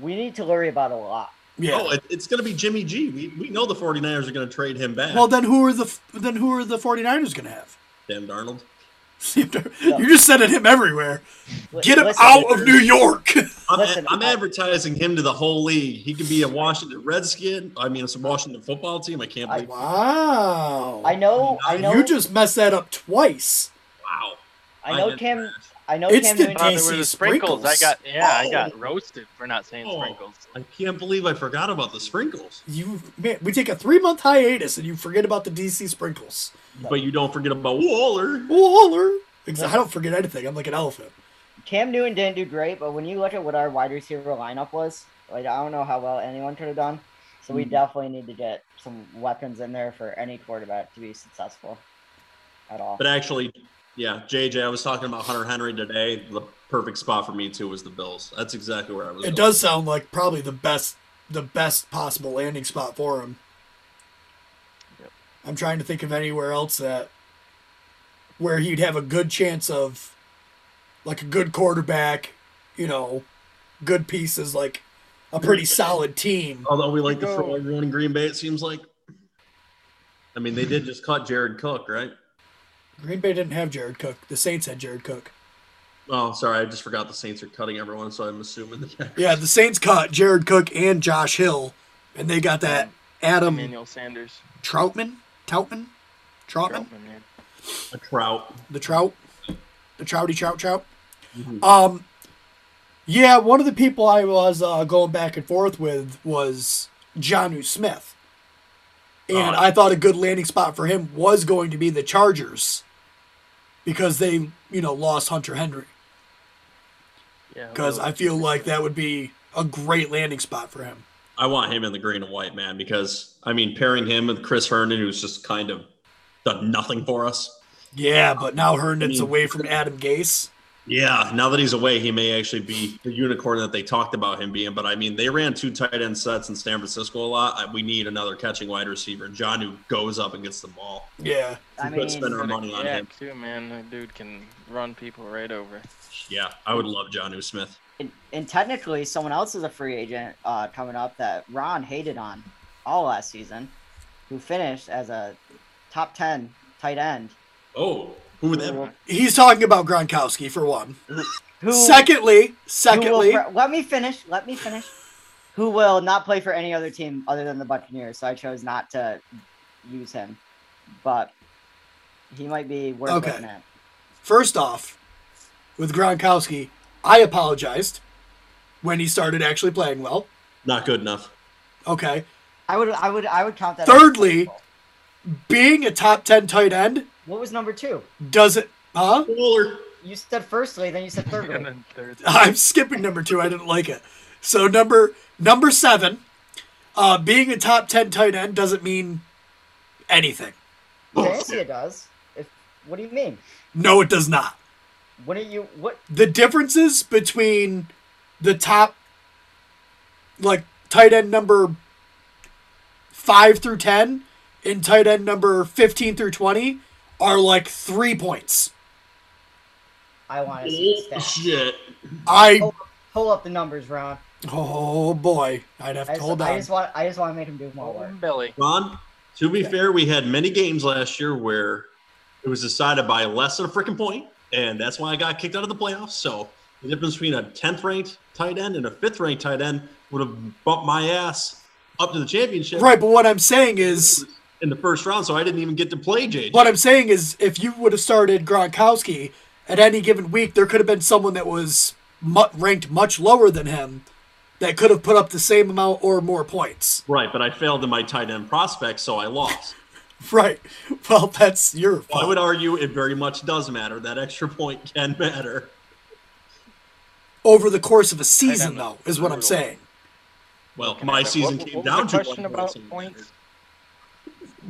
Speaker 4: we need to worry about a lot.
Speaker 1: Yeah.
Speaker 2: Oh, it, it's going to be Jimmy G. We, we know the 49ers are going to trade him back.
Speaker 1: well, then who are the then who are the 49ers going to have?
Speaker 2: Sam Darnold.
Speaker 1: You're just sending him everywhere.
Speaker 4: Li-
Speaker 1: Get him
Speaker 4: listen,
Speaker 1: out of New York.
Speaker 2: I'm,
Speaker 4: Listen,
Speaker 2: I'm
Speaker 4: I-
Speaker 2: advertising him to the whole league. He could be a Washington Redskin. I mean, it's a Washington football team. I can't
Speaker 4: I-
Speaker 2: believe.
Speaker 1: wow.
Speaker 4: I know. I know.
Speaker 1: You just messed that up twice.
Speaker 2: wow.
Speaker 4: I know
Speaker 2: did
Speaker 4: Cam.
Speaker 2: that.
Speaker 4: I know
Speaker 1: It's
Speaker 4: Cam
Speaker 1: the
Speaker 4: Newton.
Speaker 3: Ah, there
Speaker 1: DC
Speaker 3: were the sprinkles. I got yeah, I got roasted for not saying
Speaker 2: Oh.
Speaker 3: sprinkles.
Speaker 2: I can't believe I forgot about the sprinkles.
Speaker 1: You man, we take a three month hiatus and you forget about the DC sprinkles.
Speaker 2: But you don't forget about Waller.
Speaker 1: Waller. Ex- I don't forget anything. I'm like an elephant.
Speaker 4: Cam Newton didn't do great, but when you look at what our wide receiver lineup was, like I don't know how well anyone could have done. So
Speaker 2: Hmm.
Speaker 4: we definitely need to get some weapons in there for any quarterback to be successful at all.
Speaker 2: But actually, yeah, JJ, I was talking about Hunter Henry today. The perfect spot for me too was the Bills. That's exactly where I was.
Speaker 1: It
Speaker 2: going.
Speaker 1: does sound like probably the best the best possible landing spot for him.
Speaker 3: Yep.
Speaker 1: I'm trying to think of anywhere else that where he'd have a good chance of like a good quarterback, you know, good pieces like a pretty solid team.
Speaker 2: Although we like to
Speaker 3: Go.
Speaker 2: throw everyone in Green Bay, it seems like. I mean, they did just cut Jared Cook, right?
Speaker 1: Green Bay didn't have Jared Cook. The Saints had Jared Cook.
Speaker 2: Oh, sorry, I just forgot the Saints are cutting everyone, so I'm assuming the
Speaker 1: Yeah, the Saints caught Jared Cook and Josh Hill, and they got that Adam
Speaker 3: Emmanuel Sanders.
Speaker 1: Troutman, Toutman, Troutman,
Speaker 3: Troutman, man.
Speaker 2: a trout.
Speaker 1: the Trout, the Trouty Trout Trout.
Speaker 2: Mhm.
Speaker 1: Um, yeah, one of the people I was uh, going back and forth with was Johnu Smith, and
Speaker 2: Uh.
Speaker 1: I thought a good landing spot for him was going to be the Chargers, because they you know lost Hunter Henry.
Speaker 3: Yeah,
Speaker 1: Because
Speaker 3: Will.
Speaker 1: I feel like that would be a great landing spot for him.
Speaker 2: I want him in the green and white, man, because I mean, pairing him with Chris Herndon, who's just kind of done nothing for us.
Speaker 1: Yeah, but now Herndon's
Speaker 2: I mean-
Speaker 1: away from Adam Gase.
Speaker 2: Yeah, now that he's away, he may actually be the unicorn that they talked about him being. But I mean, they ran two tight end sets in San Francisco a lot. I- We need another catching wide receiver. John, who goes up and gets the ball.
Speaker 1: Yeah.
Speaker 4: I
Speaker 2: We could
Speaker 4: mean,
Speaker 2: spend our money on
Speaker 3: Yeah,
Speaker 2: him.
Speaker 3: too, man. That dude can run people right over.
Speaker 2: Yeah, I would love John U. Smith.
Speaker 4: and, and technically, someone else is a free agent uh, coming up that Ron hated on all last season, who finished as a top ten tight end.
Speaker 2: Oh, who would that? be?
Speaker 1: He's talking about Gronkowski for one.
Speaker 4: Who
Speaker 1: secondly,
Speaker 4: who will
Speaker 1: secondly,
Speaker 4: fr- let me finish. Let me finish. Who will not play for any other team other than the Buccaneers? So I chose not to use him, but he might be worth
Speaker 1: Okay.
Speaker 4: looking at.
Speaker 1: first off, with Gronkowski, I apologized when he started actually playing well.
Speaker 2: Not good enough.
Speaker 1: Okay.
Speaker 4: I would, I would, I would count that. as
Speaker 1: Thirdly-
Speaker 4: possible.
Speaker 1: Being a top 10 tight end
Speaker 4: what was number two?
Speaker 1: doesn't. Huh?
Speaker 2: Fuller.
Speaker 4: You said firstly, then you said
Speaker 3: And
Speaker 4: thirdly.
Speaker 3: then third-
Speaker 1: I'm skipping number two. I didn't like it. So number number seven, uh, being a top ten tight end doesn't mean anything.
Speaker 4: Fantasy it does. If what do you mean?
Speaker 1: No, it does not.
Speaker 4: Wouldn't you? What?
Speaker 1: The differences between the top, like tight end number five through ten, and tight end number fifteen through twenty, are like three points.
Speaker 4: I want to see the stats.
Speaker 2: Oh, Shit.
Speaker 1: I
Speaker 4: Pull up the numbers, Ron.
Speaker 1: oh boy, I'd have
Speaker 4: I
Speaker 1: to
Speaker 4: just,
Speaker 1: hold
Speaker 4: I
Speaker 1: on.
Speaker 4: just want, I just want to make him do more work.
Speaker 3: Golden Billy.
Speaker 2: Ron, to be fair, we had many games last year where it was decided by less than a freaking point, and that's why I got kicked out of the playoffs. So the difference between a 10th ranked tight end and a 5th ranked tight end would have bumped my ass up to the championship
Speaker 1: Right, but what I'm saying is.
Speaker 2: in the first round, so I didn't even get to play JJ.
Speaker 1: What I'm saying is, if you would have started Gronkowski at any given week, there could have been someone that was mu- ranked much lower than him that could have put up the same amount or more points.
Speaker 2: Right, but I failed in my tight end prospect, so I lost.
Speaker 1: Right. Well, that's your
Speaker 2: I
Speaker 1: fault.
Speaker 2: would argue it very much does matter. That extra point can matter.
Speaker 1: Over the course of a season, though, is what I'm
Speaker 3: brutal.
Speaker 1: saying.
Speaker 2: Well, my season
Speaker 3: what,
Speaker 2: came
Speaker 3: what was
Speaker 2: down
Speaker 3: the
Speaker 2: to one
Speaker 3: question
Speaker 2: point,
Speaker 3: about
Speaker 2: so it mattered.
Speaker 3: points.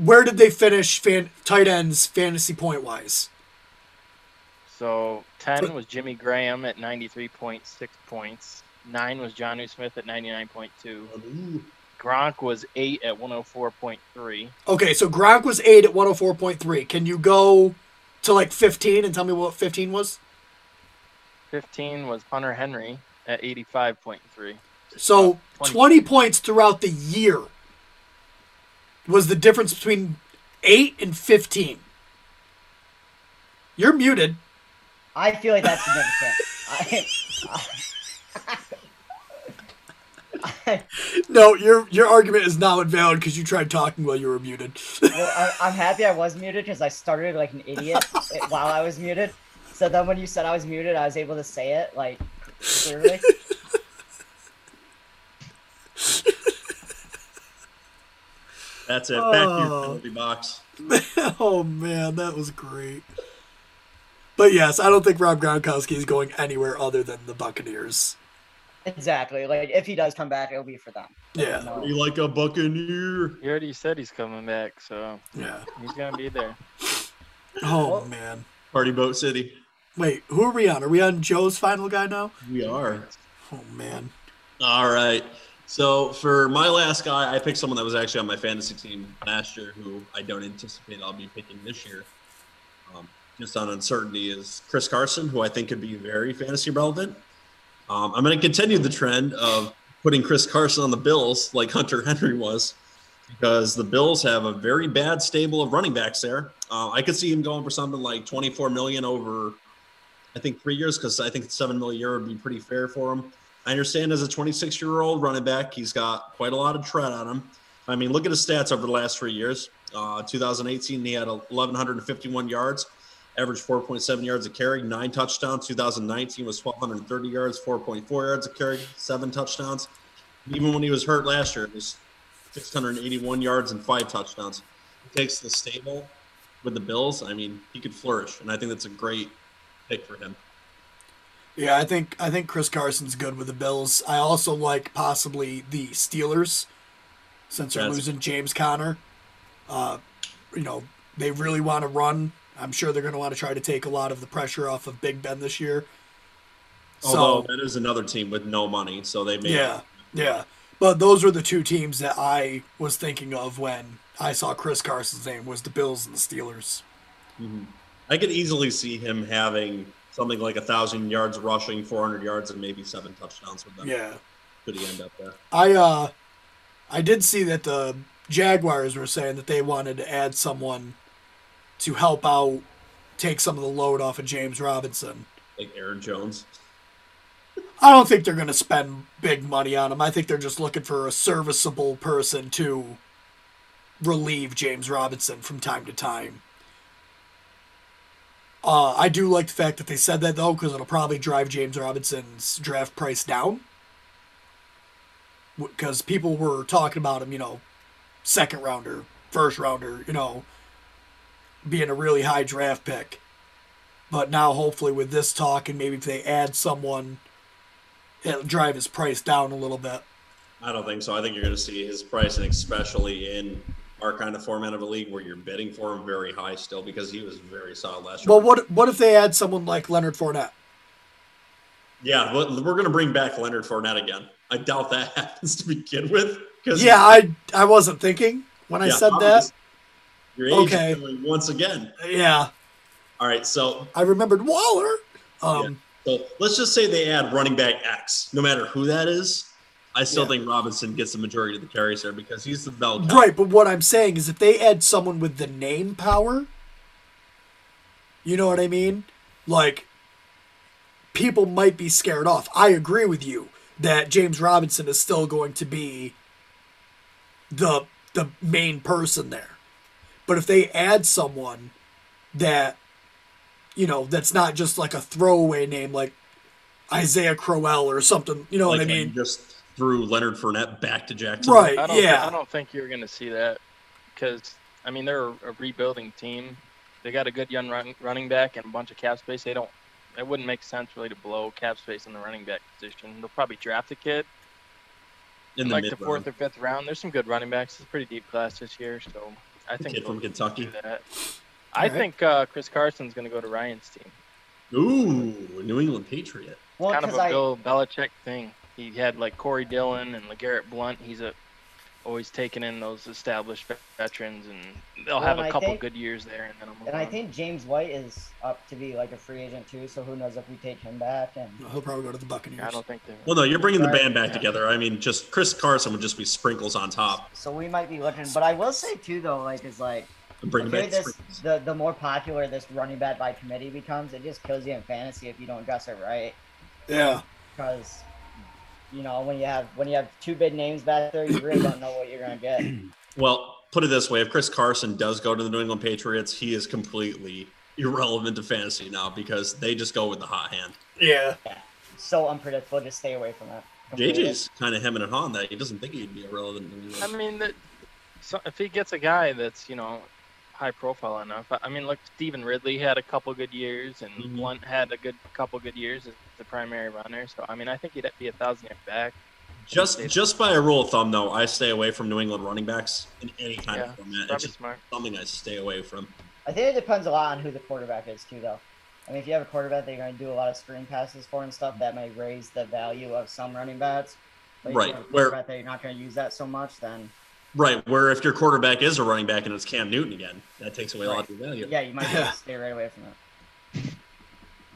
Speaker 1: Where did they finish fan- tight ends fantasy point wise?
Speaker 3: So ten was Jimmy Graham at ninety three point six points. Nine was John U. Smith at ninety nine point two.
Speaker 2: Ooh.
Speaker 3: Gronk was eight at one hundred four point three.
Speaker 1: Okay, so Gronk was 8 at 104.3. Can you go to like 15 and tell me what 15 was?
Speaker 3: Fifteen was Hunter Henry at eighty five point three.
Speaker 2: Uh,
Speaker 1: So
Speaker 3: 20.
Speaker 1: 20 points throughout the year was the difference between 8 and 15. You're muted.
Speaker 4: I feel like that's significant. I,
Speaker 1: No, your your argument is now invalid because you tried talking while you were muted.
Speaker 4: I, well, I, I'm happy I was muted because I started like an idiot while I was muted. So then when you said I was muted, I was able to say it like clearly.
Speaker 2: That's it. Back to your
Speaker 1: Oh.
Speaker 2: penalty box.
Speaker 1: oh man, that was great. But yes, I don't think Rob Gronkowski is going anywhere other than the Buccaneers.
Speaker 4: exactly. Like if he does come back, it'll be for them.
Speaker 1: Yeah,
Speaker 4: No.
Speaker 2: Be like a buccaneer.
Speaker 3: You already said he's coming back, so
Speaker 1: yeah.
Speaker 3: he's gonna be there.
Speaker 1: Oh man.
Speaker 2: Party boat city.
Speaker 1: Wait, who are we on? Are we on Joe's final guy now?
Speaker 2: We are.
Speaker 1: Oh man.
Speaker 2: All right. So for my last guy, I picked someone that was actually on my fantasy team last year, who I don't anticipate I'll be picking this year. Um, just on uncertainty is Chris Carson, who I think could be very fantasy relevant. Um, I'm going to continue the trend of putting Chris Carson on the Bills like Hunter Henry was, because the Bills have a very bad stable of running backs there. Uh, I could see him going for something like 24 million over, I think three years, because I think seven million a year would be pretty fair for him. I understand as a 26 year old running back, he's got quite a lot of tread on him. I mean, look at his stats over the last three years. Uh, 2018, he had 1,151 yards, averaged 4.7 yards a carry, nine touchdowns. 2019 was 1,230 yards, 4.4 yards a carry, seven touchdowns. Even when he was hurt last year, it was 681 yards and five touchdowns. He takes the stable with the Bills. I mean, he could flourish, and I think that's a great pick for him.
Speaker 1: Yeah, I think I think Chris Carson's good with the Bills. I also like possibly the Steelers, since they're
Speaker 2: Yes.
Speaker 1: losing James Conner. Uh, you know, they really want to run. I'm sure they're going to want to try to take a lot of the pressure off of Big Ben this year.
Speaker 2: Although that is another team with no money, so they may.
Speaker 1: Yeah, yeah. But those were the two teams that I was thinking of when I saw Chris Carson's name was the Bills and the Steelers.
Speaker 2: Mhm. I could easily see him having something like a thousand yards rushing, 400 yards, and maybe seven touchdowns with them.
Speaker 1: Yeah.
Speaker 2: Could he end up there?
Speaker 1: I uh I did see that the Jaguars were saying that they wanted to add someone to help out take some of the load off of James Robinson.
Speaker 2: Like Aaron Jones.
Speaker 1: I don't think they're going to spend big money on him. I think they're just looking for a serviceable person to relieve James Robinson from time to time. Uh, I do like the fact that they said that though, because it'll probably drive James Robinson's draft price down. Because people were talking about him, you know, second rounder, first rounder, you know, being a really high draft pick. But now, hopefully, with this talk and maybe if they add someone it'll drive his price down a little bit.
Speaker 2: I don't think so. I think you're going to see his pricing, especially in our kind of format of a league where you're bidding for him very high still because he was very solid last year.
Speaker 1: Well, what what if they add someone like Leonard Fournette?
Speaker 2: yeah, well, we're going to bring back Leonard Fournette again. I doubt that happens to begin with. Cause
Speaker 1: Yeah, I I wasn't thinking when I
Speaker 2: Yeah,
Speaker 1: said that.
Speaker 2: obviously. Your age is
Speaker 1: Okay.
Speaker 2: going once again.
Speaker 1: Yeah,
Speaker 2: All right, so
Speaker 1: I remembered Waller. Um,
Speaker 2: So let's just say they add running back X, no matter who that is. I still
Speaker 1: Yeah.
Speaker 2: think Robinson gets the majority of the carries there because he's the bell cow.
Speaker 1: Right, but what I'm saying is if they add someone with the name power, you know what I mean? Like people might be scared off. I agree with you that James Robinson is still going to be the the main person there. But if they add someone that you know, that's not just like a throwaway name like Isaiah Crowell or something, you know
Speaker 2: Like,
Speaker 1: what I
Speaker 2: I
Speaker 1: mean?
Speaker 2: just threw Leonard Fournette back to Jackson.
Speaker 1: Right,
Speaker 3: I don't,
Speaker 1: yeah.
Speaker 3: I don't think you're going to see that because, I mean, they're a rebuilding team. They got a good young run, running back and a bunch of cap space. They don't, it wouldn't make sense really to blow cap space in the running back position. They'll probably draft a kid
Speaker 2: in the
Speaker 3: like
Speaker 2: mid
Speaker 3: the fourth or fifth round. There's some good running backs. It's a pretty deep class this year, so I think
Speaker 2: kid from
Speaker 3: they'll
Speaker 2: Kentucky.
Speaker 3: do that. I
Speaker 1: Alright.
Speaker 3: think uh, Chris Carson's going to go to Ryan's team.
Speaker 2: Ooh, New England Patriot.
Speaker 4: Well,
Speaker 3: kind of
Speaker 4: because
Speaker 3: a
Speaker 4: I,
Speaker 3: Bill Belichick thing. He had like Corey Dillon and LeGarrette Blunt. He's a always taking in those established vet- veterans, and they'll
Speaker 4: Well,
Speaker 3: have
Speaker 4: and
Speaker 3: a
Speaker 4: I
Speaker 3: couple
Speaker 4: think-
Speaker 3: good years there, and then I'm.
Speaker 4: and I think James White is up to be like a free agent too. So who knows if we take him back? And
Speaker 1: He'll probably go to the
Speaker 3: I
Speaker 1: Buccaneers.
Speaker 3: don't think they're.
Speaker 2: Well, no, you're bringing the
Speaker 4: Right,
Speaker 2: band back
Speaker 4: yeah.
Speaker 2: together. I mean, just Chris Carson would just be sprinkles on top.
Speaker 4: so we might be looking. But I will say too, though, like is like
Speaker 2: Bring
Speaker 4: the,
Speaker 2: back the
Speaker 4: this,
Speaker 2: sprinkles.
Speaker 4: the the more popular this running back by committee becomes, it just kills you in fantasy if you don't dress it right.
Speaker 1: Yeah.
Speaker 4: Because you know when you have when you have two big names back there, you really don't know what you're gonna get.
Speaker 2: Well, put it this way: if Chris Carson does go to the New England Patriots, he is completely irrelevant to fantasy now because they just go with the hot hand.
Speaker 1: Yeah.
Speaker 4: So unpredictable. Just stay away from that. completely.
Speaker 2: JJ's kind of hemming and hawing that he doesn't think he'd be irrelevant. to New England.
Speaker 3: I mean that. So if he gets a guy that's you know high profile enough, I- I mean look, Stephen Ridley had a couple good years, and
Speaker 2: Mhm.
Speaker 3: Blunt had a good couple good years as the primary runner. So I mean I think he'd be a thousand yard back.
Speaker 2: Just just by a rule of thumb, though, I stay away from New England running backs in any kind
Speaker 3: Yeah,
Speaker 2: of format. It's
Speaker 3: Probably
Speaker 2: just
Speaker 3: smart.
Speaker 2: something I stay away from.
Speaker 4: I think it depends a lot on who the quarterback is too, though. I mean, if you have a quarterback that you're going to do a lot of screen passes for and stuff, that may raise the value of some running backs. But if you
Speaker 2: Right,
Speaker 4: have a
Speaker 2: where-
Speaker 4: quarterback that you're not going to use that so much, then
Speaker 2: Right, where if your quarterback is a running back and it's Cam Newton again, that takes away a lot of your value.
Speaker 4: yeah, you might
Speaker 1: Yeah.
Speaker 4: just stay right away from it.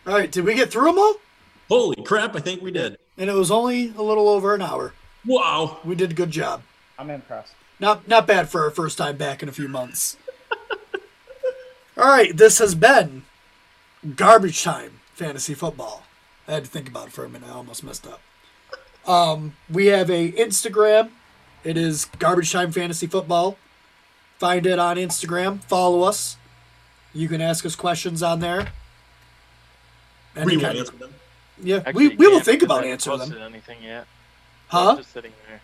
Speaker 1: All right. Did we get through them all?
Speaker 2: Holy crap! I think we did.
Speaker 1: And it was only a little over an hour.
Speaker 2: Wow.
Speaker 1: We did a good job.
Speaker 4: I'm impressed.
Speaker 1: Not not bad for our first time back in a few months. All right, this has been garbage time fantasy football. I had to think about it for a minute. I almost messed up. Um, we have a Instagram. It is garbage time fantasy football. Find it on Instagram. Follow us. You can ask us questions on there. Any
Speaker 2: We will
Speaker 1: kind of-
Speaker 2: answer them.
Speaker 1: yeah,
Speaker 3: Actually,
Speaker 1: we,
Speaker 3: you
Speaker 1: we will
Speaker 3: can't
Speaker 1: think
Speaker 3: because I
Speaker 1: about
Speaker 3: haven't
Speaker 1: answering them.
Speaker 3: posted anything yet.
Speaker 1: Huh?
Speaker 3: It's Just sitting there.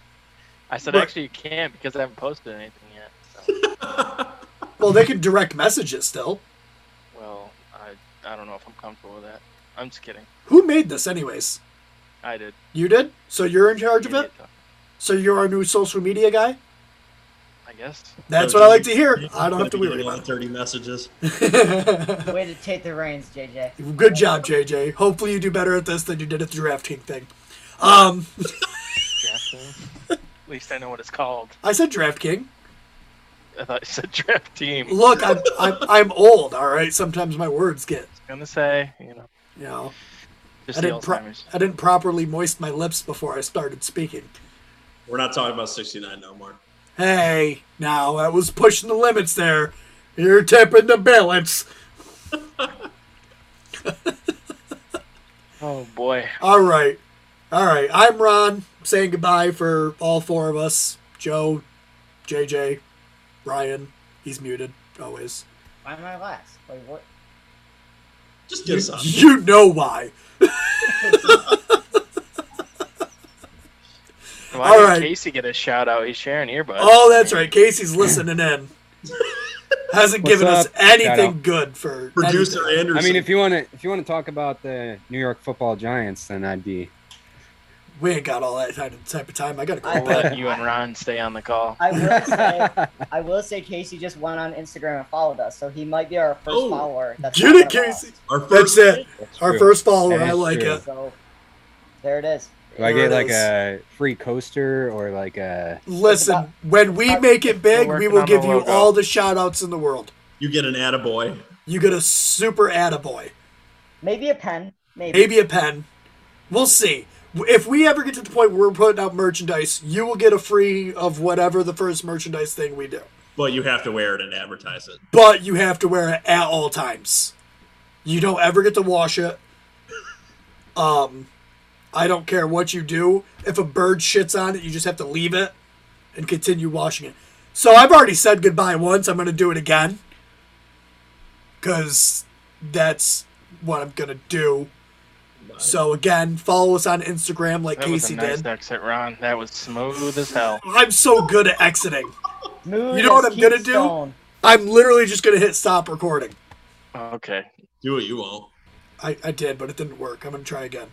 Speaker 3: I said,
Speaker 1: What?
Speaker 3: actually, you can't because I haven't posted anything yet. So,
Speaker 1: Well, they can direct message it still.
Speaker 3: well, I, I don't know if I'm comfortable with that. I'm just kidding.
Speaker 1: Who made this, anyways?
Speaker 3: I did.
Speaker 1: You did? So you're in charge of it?
Speaker 3: Idiot.
Speaker 1: So you're our new social media guy?
Speaker 3: I guess.
Speaker 1: That's
Speaker 2: So
Speaker 1: what I
Speaker 2: you-
Speaker 1: like to hear.
Speaker 2: you-
Speaker 1: I don't have to
Speaker 2: you're
Speaker 1: worry
Speaker 2: getting all
Speaker 1: about
Speaker 2: 30 messages.
Speaker 1: it.
Speaker 4: Way to take the reins, JJ.
Speaker 1: Good job, JJ. Hopefully you do better at this than you did at the DraftKings thing. Um,
Speaker 3: DraftKings. at least I know what it's called.
Speaker 1: I said DraftKing.
Speaker 3: I thought you said draft team. I was
Speaker 1: Look, I'm, I'm, I'm old, all right? Sometimes my words get,
Speaker 3: gonna say, you know,
Speaker 1: you know. I
Speaker 3: just the
Speaker 1: didn't, pro-
Speaker 3: Alzheimer's.
Speaker 1: I didn't properly moist my lips before I started speaking.
Speaker 2: We're not talking about 69 no more.
Speaker 1: Hey, now that was pushing the limits there. You're tipping the balance.
Speaker 3: Oh boy.
Speaker 1: All right. All right. I'm Ron saying goodbye for all four of us Joe, JJ, Ryan. He's muted, always.
Speaker 4: Why am I last? Wait, what?
Speaker 2: Just get us on.
Speaker 1: You know why.
Speaker 3: Why
Speaker 1: All
Speaker 3: did
Speaker 1: right.
Speaker 3: Casey get a shout out? He's sharing earbuds.
Speaker 1: Oh, that's right. Casey's listening in. Hasn't
Speaker 5: What's
Speaker 1: given us
Speaker 5: up? Shout
Speaker 1: anything
Speaker 5: out.
Speaker 1: good for
Speaker 2: Producer
Speaker 1: anything.
Speaker 2: Anderson.
Speaker 5: I mean, if you want to, if you want to talk about the New York Football Giants, then I'd be.
Speaker 1: We ain't got all that kind of type of time. I got to
Speaker 3: I'll
Speaker 1: call
Speaker 3: let you and Ron stay on the call.
Speaker 4: I will say, I will say, Casey just went on Instagram and followed us, so he might be our first
Speaker 2: Oh,
Speaker 4: follower. That's
Speaker 1: get
Speaker 4: not
Speaker 1: it,
Speaker 4: gonna
Speaker 1: Casey.
Speaker 2: Our
Speaker 1: That's
Speaker 2: first
Speaker 1: it.
Speaker 5: That's
Speaker 1: Our
Speaker 5: true.
Speaker 1: first follower.
Speaker 5: That
Speaker 1: I
Speaker 5: is
Speaker 1: like
Speaker 5: true.
Speaker 1: it.
Speaker 4: last. So there it is.
Speaker 5: Do I
Speaker 1: There
Speaker 5: get
Speaker 1: it
Speaker 5: like
Speaker 1: is.
Speaker 5: a free coaster or like a?
Speaker 1: Listen, when we
Speaker 4: We're
Speaker 1: make it big, we
Speaker 3: working
Speaker 1: will
Speaker 3: on
Speaker 1: give
Speaker 3: the
Speaker 1: you
Speaker 3: logo.
Speaker 1: all the shout outs in the world.
Speaker 2: You get an attaboy.
Speaker 1: You get a super attaboy.
Speaker 4: Maybe a pen. Maybe.
Speaker 1: Maybe a pen. We'll see. If we ever get to the point where we're putting out merchandise, you will get a free of whatever the first merchandise thing we do.
Speaker 2: But you have to wear it and advertise it.
Speaker 1: But you have to wear it at all times. You don't ever get to wash it. Um, I don't care what you do. If a bird shits on it, you just have to leave it and continue washing it. So I've already said goodbye once. I'm going to do it again. Because that's what I'm going to do. So again, follow us on Instagram like
Speaker 3: That was
Speaker 1: Casey
Speaker 3: a nice
Speaker 1: did.
Speaker 3: exit, Ron. That was smooth as hell.
Speaker 1: I'm so good at exiting.
Speaker 4: Smooth
Speaker 1: You know what
Speaker 4: as
Speaker 1: I'm gonna do?
Speaker 4: Keystone.
Speaker 1: I'm literally just going to hit stop recording.
Speaker 3: Okay.
Speaker 2: Do it, you won't.
Speaker 1: I, I did, but it didn't work. I'm going to try again.